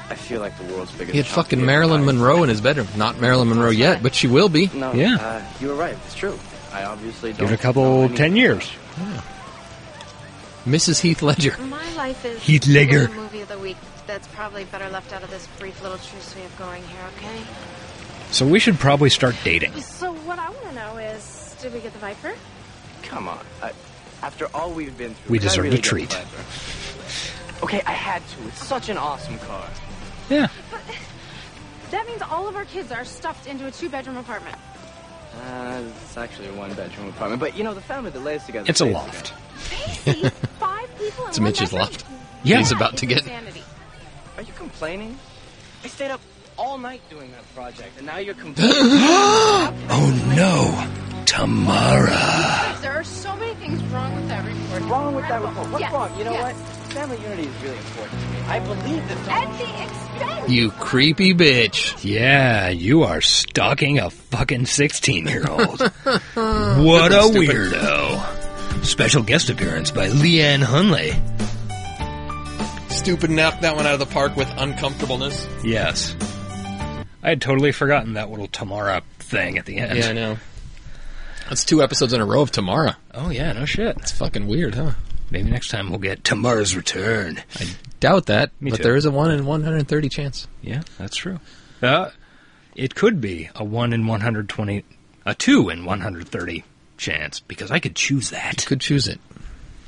E: I feel like the world's biggest.
C: He had
E: chunk
C: fucking
E: of
C: Marilyn Monroe in his bedroom. Not Marilyn Monroe yet, but she will be.
E: No, uh, you were right. It's true. I obviously
B: Give
E: don't.
B: it a couple, ten years.
C: Mrs. Heath Ledger.
M: My life is
C: Heath Ledger.
M: the movie of the week. That's probably better left out of this brief little truce we have going here, okay?
B: So, we should probably start dating.
M: So what I want to know is, did we get the Viper?
D: Come on. I, after all we've been through,
B: We
D: can I
B: deserved
D: really
B: a
D: get
B: treat.
D: Viper? Okay, I had to. It's such an awesome car.
B: Yeah.
M: That means all of our kids are stuffed into a two-bedroom apartment.
E: Uh, it's actually a one-bedroom apartment, but you know the family that lays together.
C: It's a
E: stays
C: loft.
M: Five people.
C: It's Mitch's loft. Yeah. He's about to get.
E: together. Are you complaining? I stayed up all night doing that project, and now you're complaining.
B: Oh no, Tamara.
M: There are so many things wrong with that report.
D: Wrong with that report. What's
M: Yes,
D: wrong? You know
M: yes.
D: what? Family unity is really important to me. I believe that.
M: At the expense.
C: You creepy bitch.
B: Yeah, you are stalking a fucking 16 year old. what
C: What
B: a
C: a stupid-
B: weirdo. Special guest appearance by Leanne Hunley.
C: Stupid knocked that one out of the park with uncomfortableness.
B: Yes. I had totally forgotten that little Tamara thing at the end.
C: Yeah, I know. That's two episodes in a row of Tamara.
B: Oh, yeah, no shit.
C: It's fucking weird, huh?
B: Maybe next time we'll get Tamara's Return.
C: I doubt that,
B: Me
C: but
B: too.
C: there is a 1 in 130 chance.
B: Yeah, that's true. Uh, it could be a 1 in 120, a 2 in 130 chance, because I could choose that.
C: You could choose it.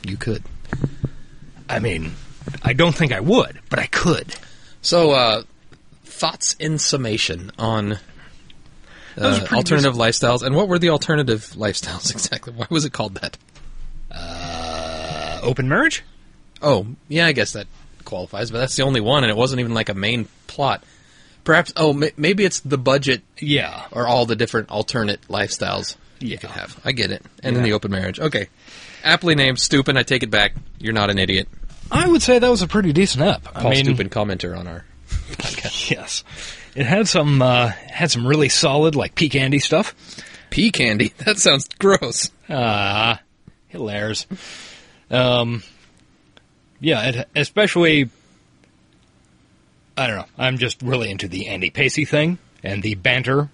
C: You could.
B: I mean, I don't think I would, but I could.
C: So, uh, thoughts in summation on
B: That was
C: uh,
B: pretty
C: alternative lifestyles, and what were the alternative lifestyles exactly? Why was it called that?
B: Uh, open marriage?
C: Oh, yeah, I guess that qualifies, but that's the only one, and it wasn't even like a main plot. Perhaps, oh, ma maybe it's the budget,
B: yeah,
C: or all the different alternate lifestyles you could have. I get it, and then
B: Yeah.
C: the open marriage. Okay, aptly named, stupid. I take it back. You're not an idiot.
B: I would say that was a pretty decent up.
C: Paul Stupid commenter on our
B: Yes, it had some uh, had some really solid like pea candy stuff.
C: pea candy. That sounds gross.
B: Ah, hilarious. Um, yeah, it, especially. I don't know. I'm just really into the Andy Pacey thing and the banter,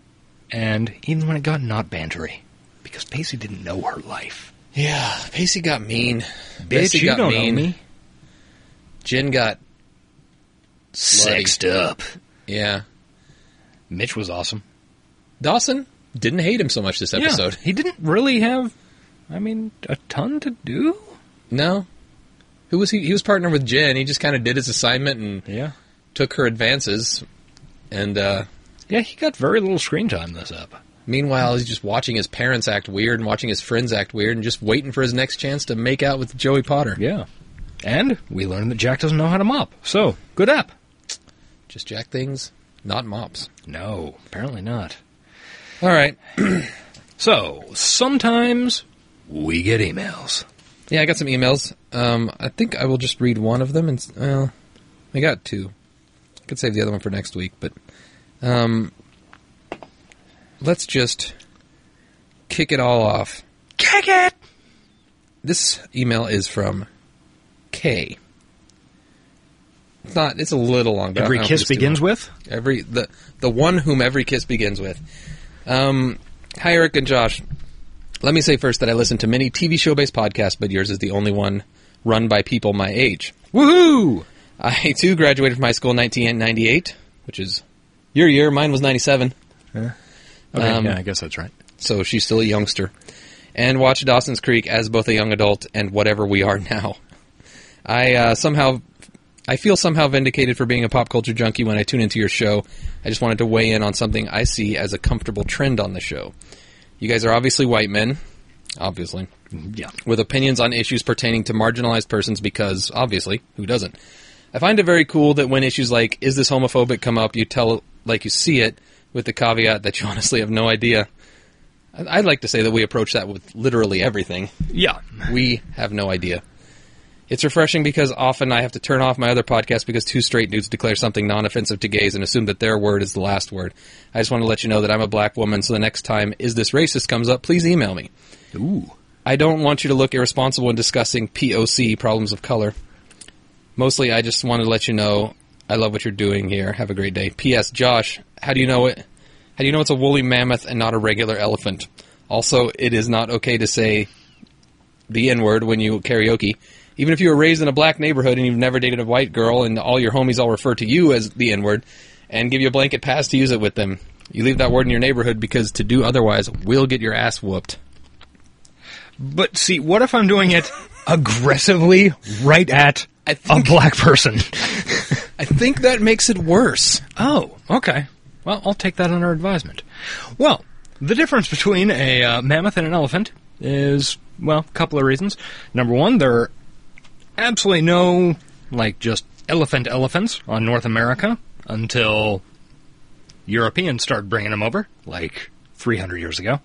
B: and even when it got not bantery, because Pacey didn't know her life.
C: Yeah, Pacey got mean.
B: Bitch,
C: Pacey
B: you
C: got
B: don't know
C: mean.
B: me.
C: Jen got
B: Sexed
C: bloody.
B: up.
C: Yeah,
B: Mitch was awesome.
C: Dawson didn't hate him so much this
B: Yeah,
C: episode.
B: he didn't really have. I mean, a ton to do.
C: No, who was he? He was partnered with Jen. He just kind of did his assignment and
B: Yeah.
C: took her advances. And uh,
B: Yeah, he got very little screen time this up.
C: meanwhile, he's just watching his parents act weird and watching his friends act weird and just waiting for his next chance to make out with Joey Potter.
B: Yeah. And we learned that Jack doesn't know how to mop. So, good app.
C: Just jack things, not mops.
B: No, apparently not.
C: All right.
B: So, sometimes we get emails.
C: Yeah, I got some emails. Um, I think I will just read one of them, and s- well, I got two. I could save the other one for next week, but um, let's just kick it all off. Kick it! This email is from K. It's not. It's a little long. But
B: Every
C: I don't think
B: kiss
C: it's too
B: begins
C: long.
B: with?
C: every the the one whom every kiss begins with. Um, hi Eric and Josh. Let me say first that I listen to many TV show based podcasts, but yours is the only one run by people my age. Woohoo! I too graduated from high school in 1998, which is your year. Mine was 97.
B: Yeah. Okay, yeah, I guess that's right.
C: So she's still a youngster. And watched Dawson's Creek as both a young adult and whatever we are now. I uh, somehow, I feel somehow vindicated for being a pop culture junkie when I tune into your show. I just wanted to weigh in on something I see as a comfortable trend on the show. You guys are obviously white men, obviously.
B: Yeah.
C: With opinions on issues pertaining to marginalized persons because, obviously, who doesn't? I find it very cool that when issues like, is this homophobic come up, you tell, like, you see it with the caveat that you honestly have no idea. I- I'd like to say that we approach that with literally everything.
B: Yeah.
C: We have no idea. It's refreshing because often I have to turn off my other podcast because two straight dudes declare something non offensive to gays and assume that their word is the last word. I just want to let you know that I'm a black woman, so the next time Is This Racist comes up, please email me.
B: Ooh.
C: I don't want you to look irresponsible in discussing POC, problems of color. Mostly, I just wanted to let you know I love what you're doing here. Have a great day. P.S. Josh, how do you know it? How do you know it's a woolly mammoth and not a regular elephant? Also, it is not okay to say the N word when you karaoke. Even if you were raised in a black neighborhood and you've never dated a white girl and all your homies all refer to you as the N word and give you a blanket pass to use it with them, you leave that word in your neighborhood because to do otherwise will get your ass whooped.
B: But see, what if I'm doing it aggressively right at a black person?
C: I think that makes it worse.
B: Oh, okay. Well, I'll take that under advisement. Well, the difference between a uh, mammoth and an elephant is, well, a couple of reasons. Number one, there are absolutely no, like, just elephant elephants on North America until Europeans started bringing them over, like 300 years ago.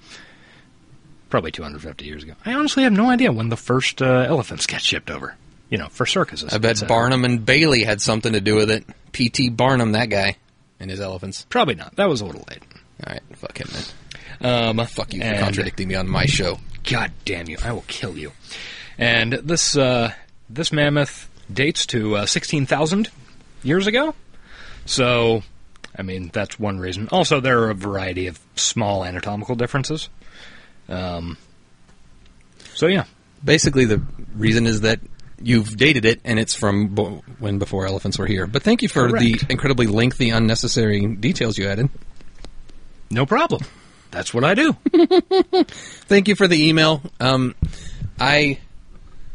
B: Probably 250 years ago. I honestly have no idea when the first uh, elephants got shipped over, you know, for circuses.
C: I bet Barnum and Bailey had something to do with it. P.T. Barnum, that guy, and his elephants.
B: Probably not. That was a little late.
C: All right, fuck him
B: then. Um, fuck
C: you for contradicting me on my show.
B: God damn you! I will kill you. And this uh, this mammoth dates to uh, sixteen thousand years ago. So, I mean, that's one reason. Also, there are a variety of small anatomical differences. Um, so yeah,
C: Basically, the reason is that you've dated it, and it's from bo- when before elephants were here. But thank you for
B: Correct.
C: the incredibly lengthy, unnecessary details you added.
B: No problem. That's what I do.
C: thank you for the email. Um, I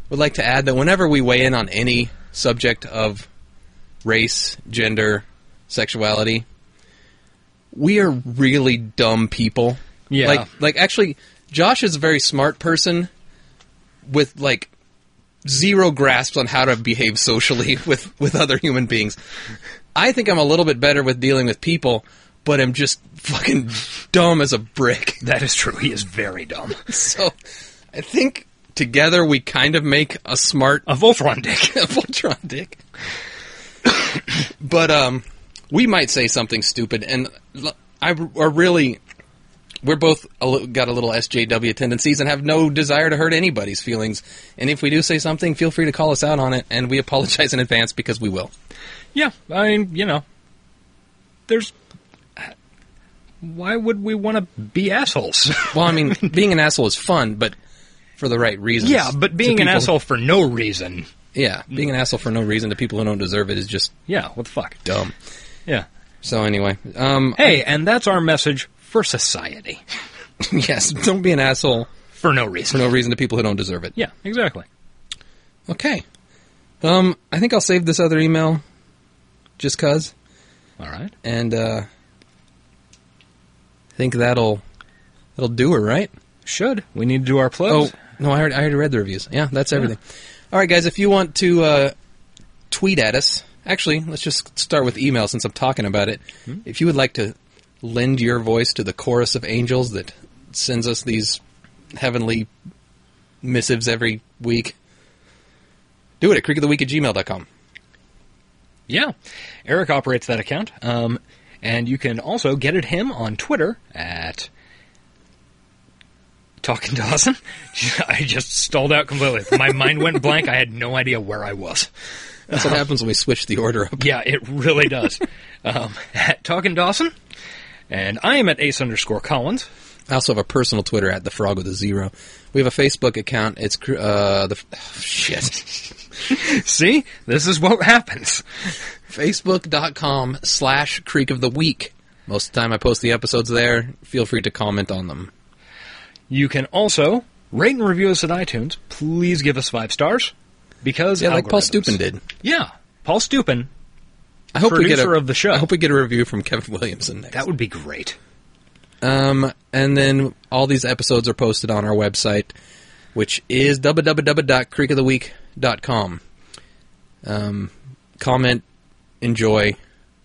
C: would like to add that whenever we weigh in on any subject of race, gender, sexuality, we are really dumb people.
B: Yeah.
C: Like like actually Josh is a very smart person with like zero grasp on how to behave socially with with other human beings. I think I'm a little bit better with dealing with people, but I'm just fucking dumb as a brick.
B: That is true. He is very dumb.
C: so I think together we kind of make a smart
B: a Voltron dick.
C: a Voltron dick. but um, we might say something stupid, and l- I are really we're both a li- got a little SJW tendencies and have no desire to hurt anybody's feelings. And if we do say something, feel free to call us out on it, and we apologize in advance because we will.
B: Yeah, I mean, you know, there's. Why would we want to be assholes?
C: well, I mean, being an asshole is fun, but for the right reasons.
B: Yeah, but
C: To
B: being an
C: people-
B: asshole for no reason.
C: Yeah, being an asshole for no reason to people who don't deserve it is just
B: Yeah, what the fuck?
C: dumb.
B: Yeah.
C: So anyway, um,
B: Hey, and that's our message for society.
C: yes, don't be an asshole
B: for no reason.
C: For no reason to people who don't deserve it.
B: Yeah, exactly.
C: Okay. Um, I think I'll save this other email, just cause.
B: All right.
C: And uh, I think that'll that'll do her right.
B: Should we need to do our plugs?
C: Oh no, I already, I already read the reviews. Yeah, that's everything. All right, guys, if you want to uh, tweet at us, actually, let's just start with email since I'm talking about it. If you would like to lend your voice to the chorus of angels that sends us these heavenly missives every week, do it at creekoftheweek at gmail.com.
B: Yeah. Eric operates that account. Um, And you can also get at him on Twitter at Talking Dawson. I just stalled out completely. My mind went blank. I had no idea where I was.
C: That's what happens when we switch the order up.
B: Yeah, it really does. um, at Talking Dawson. And I am at ace underscore Collins.
C: I also have a personal Twitter at the frog with a zero. We have a Facebook account. It's cr- uh the shit.
B: See, this is what happens.
C: Facebook.com slash Creek of the Week. Most of the time, I post the episodes there. Feel free to comment on them.
B: You can also rate and review us at iTunes. Please give us five stars because
C: Yeah, like Paul
B: algorithms.
C: Stupin did.
B: Yeah, Paul Stupin.
C: I hope we get
B: producer
C: a,
B: of the show.
C: I hope we get a review from Kevin Williamson next.
B: That would be great.
C: Um, and then all these episodes are posted on our website, which is www.creekoftheweek.com. Um, comment, enjoy,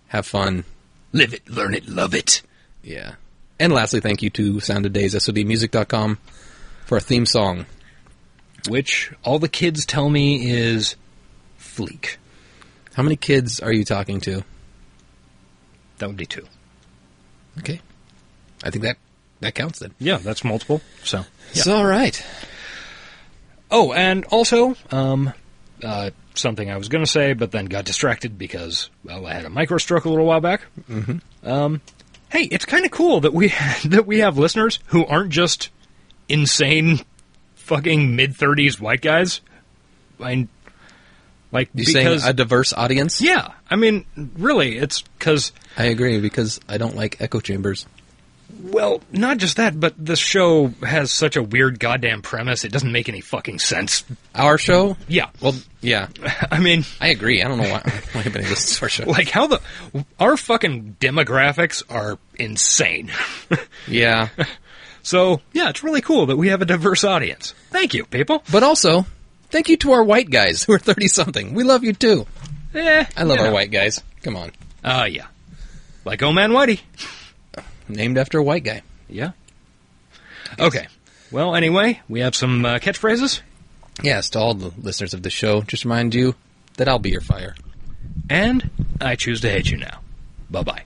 C: have fun, live it, learn it, love it. Yeah. And lastly, thank you to Sound of Days, SODmusic.com, for our theme song.
B: Which all the kids tell me is fleek.
C: How many kids are you talking to?
B: That would be two.
C: Okay. I think that, that counts then.
B: Yeah, that's multiple. So
C: It's all right.
B: Oh, and also, um, uh, something I was going to say, but then got distracted because well, I had a micro stroke a little while back.
C: Mhm.
B: Um, hey, it's kind of cool that we that we have listeners who aren't just insane, fucking mid thirties white guys. I like
C: You
B: because
C: saying a diverse audience?
B: yeah, I mean, really, it's because
C: I agree because I don't like echo chambers.
B: Well, not just that, but this show has such a weird goddamn premise. It doesn't make any fucking sense.
C: Our show?
B: Yeah.
C: Well, yeah.
B: I mean,
C: I agree. I don't know why, why anybody listens to our show.
B: Like how the our fucking demographics are insane.
C: yeah.
B: So yeah, it's really cool that we have a diverse audience. Thank you, people.
C: But also, thank you to our white guys who are 30 something. We love you too.
B: Eh,
C: I love
B: you
C: our
B: know.
C: white guys. Come on.
B: Ah, yeah. Like Old Man Whitey.
C: Named after a white guy.
B: Yeah. Okay. Well, anyway, we have some uh, catchphrases.
C: Yes, to all the listeners of the show, just remind you that I'll be your fire.
B: And I choose to hate you now. Bye bye.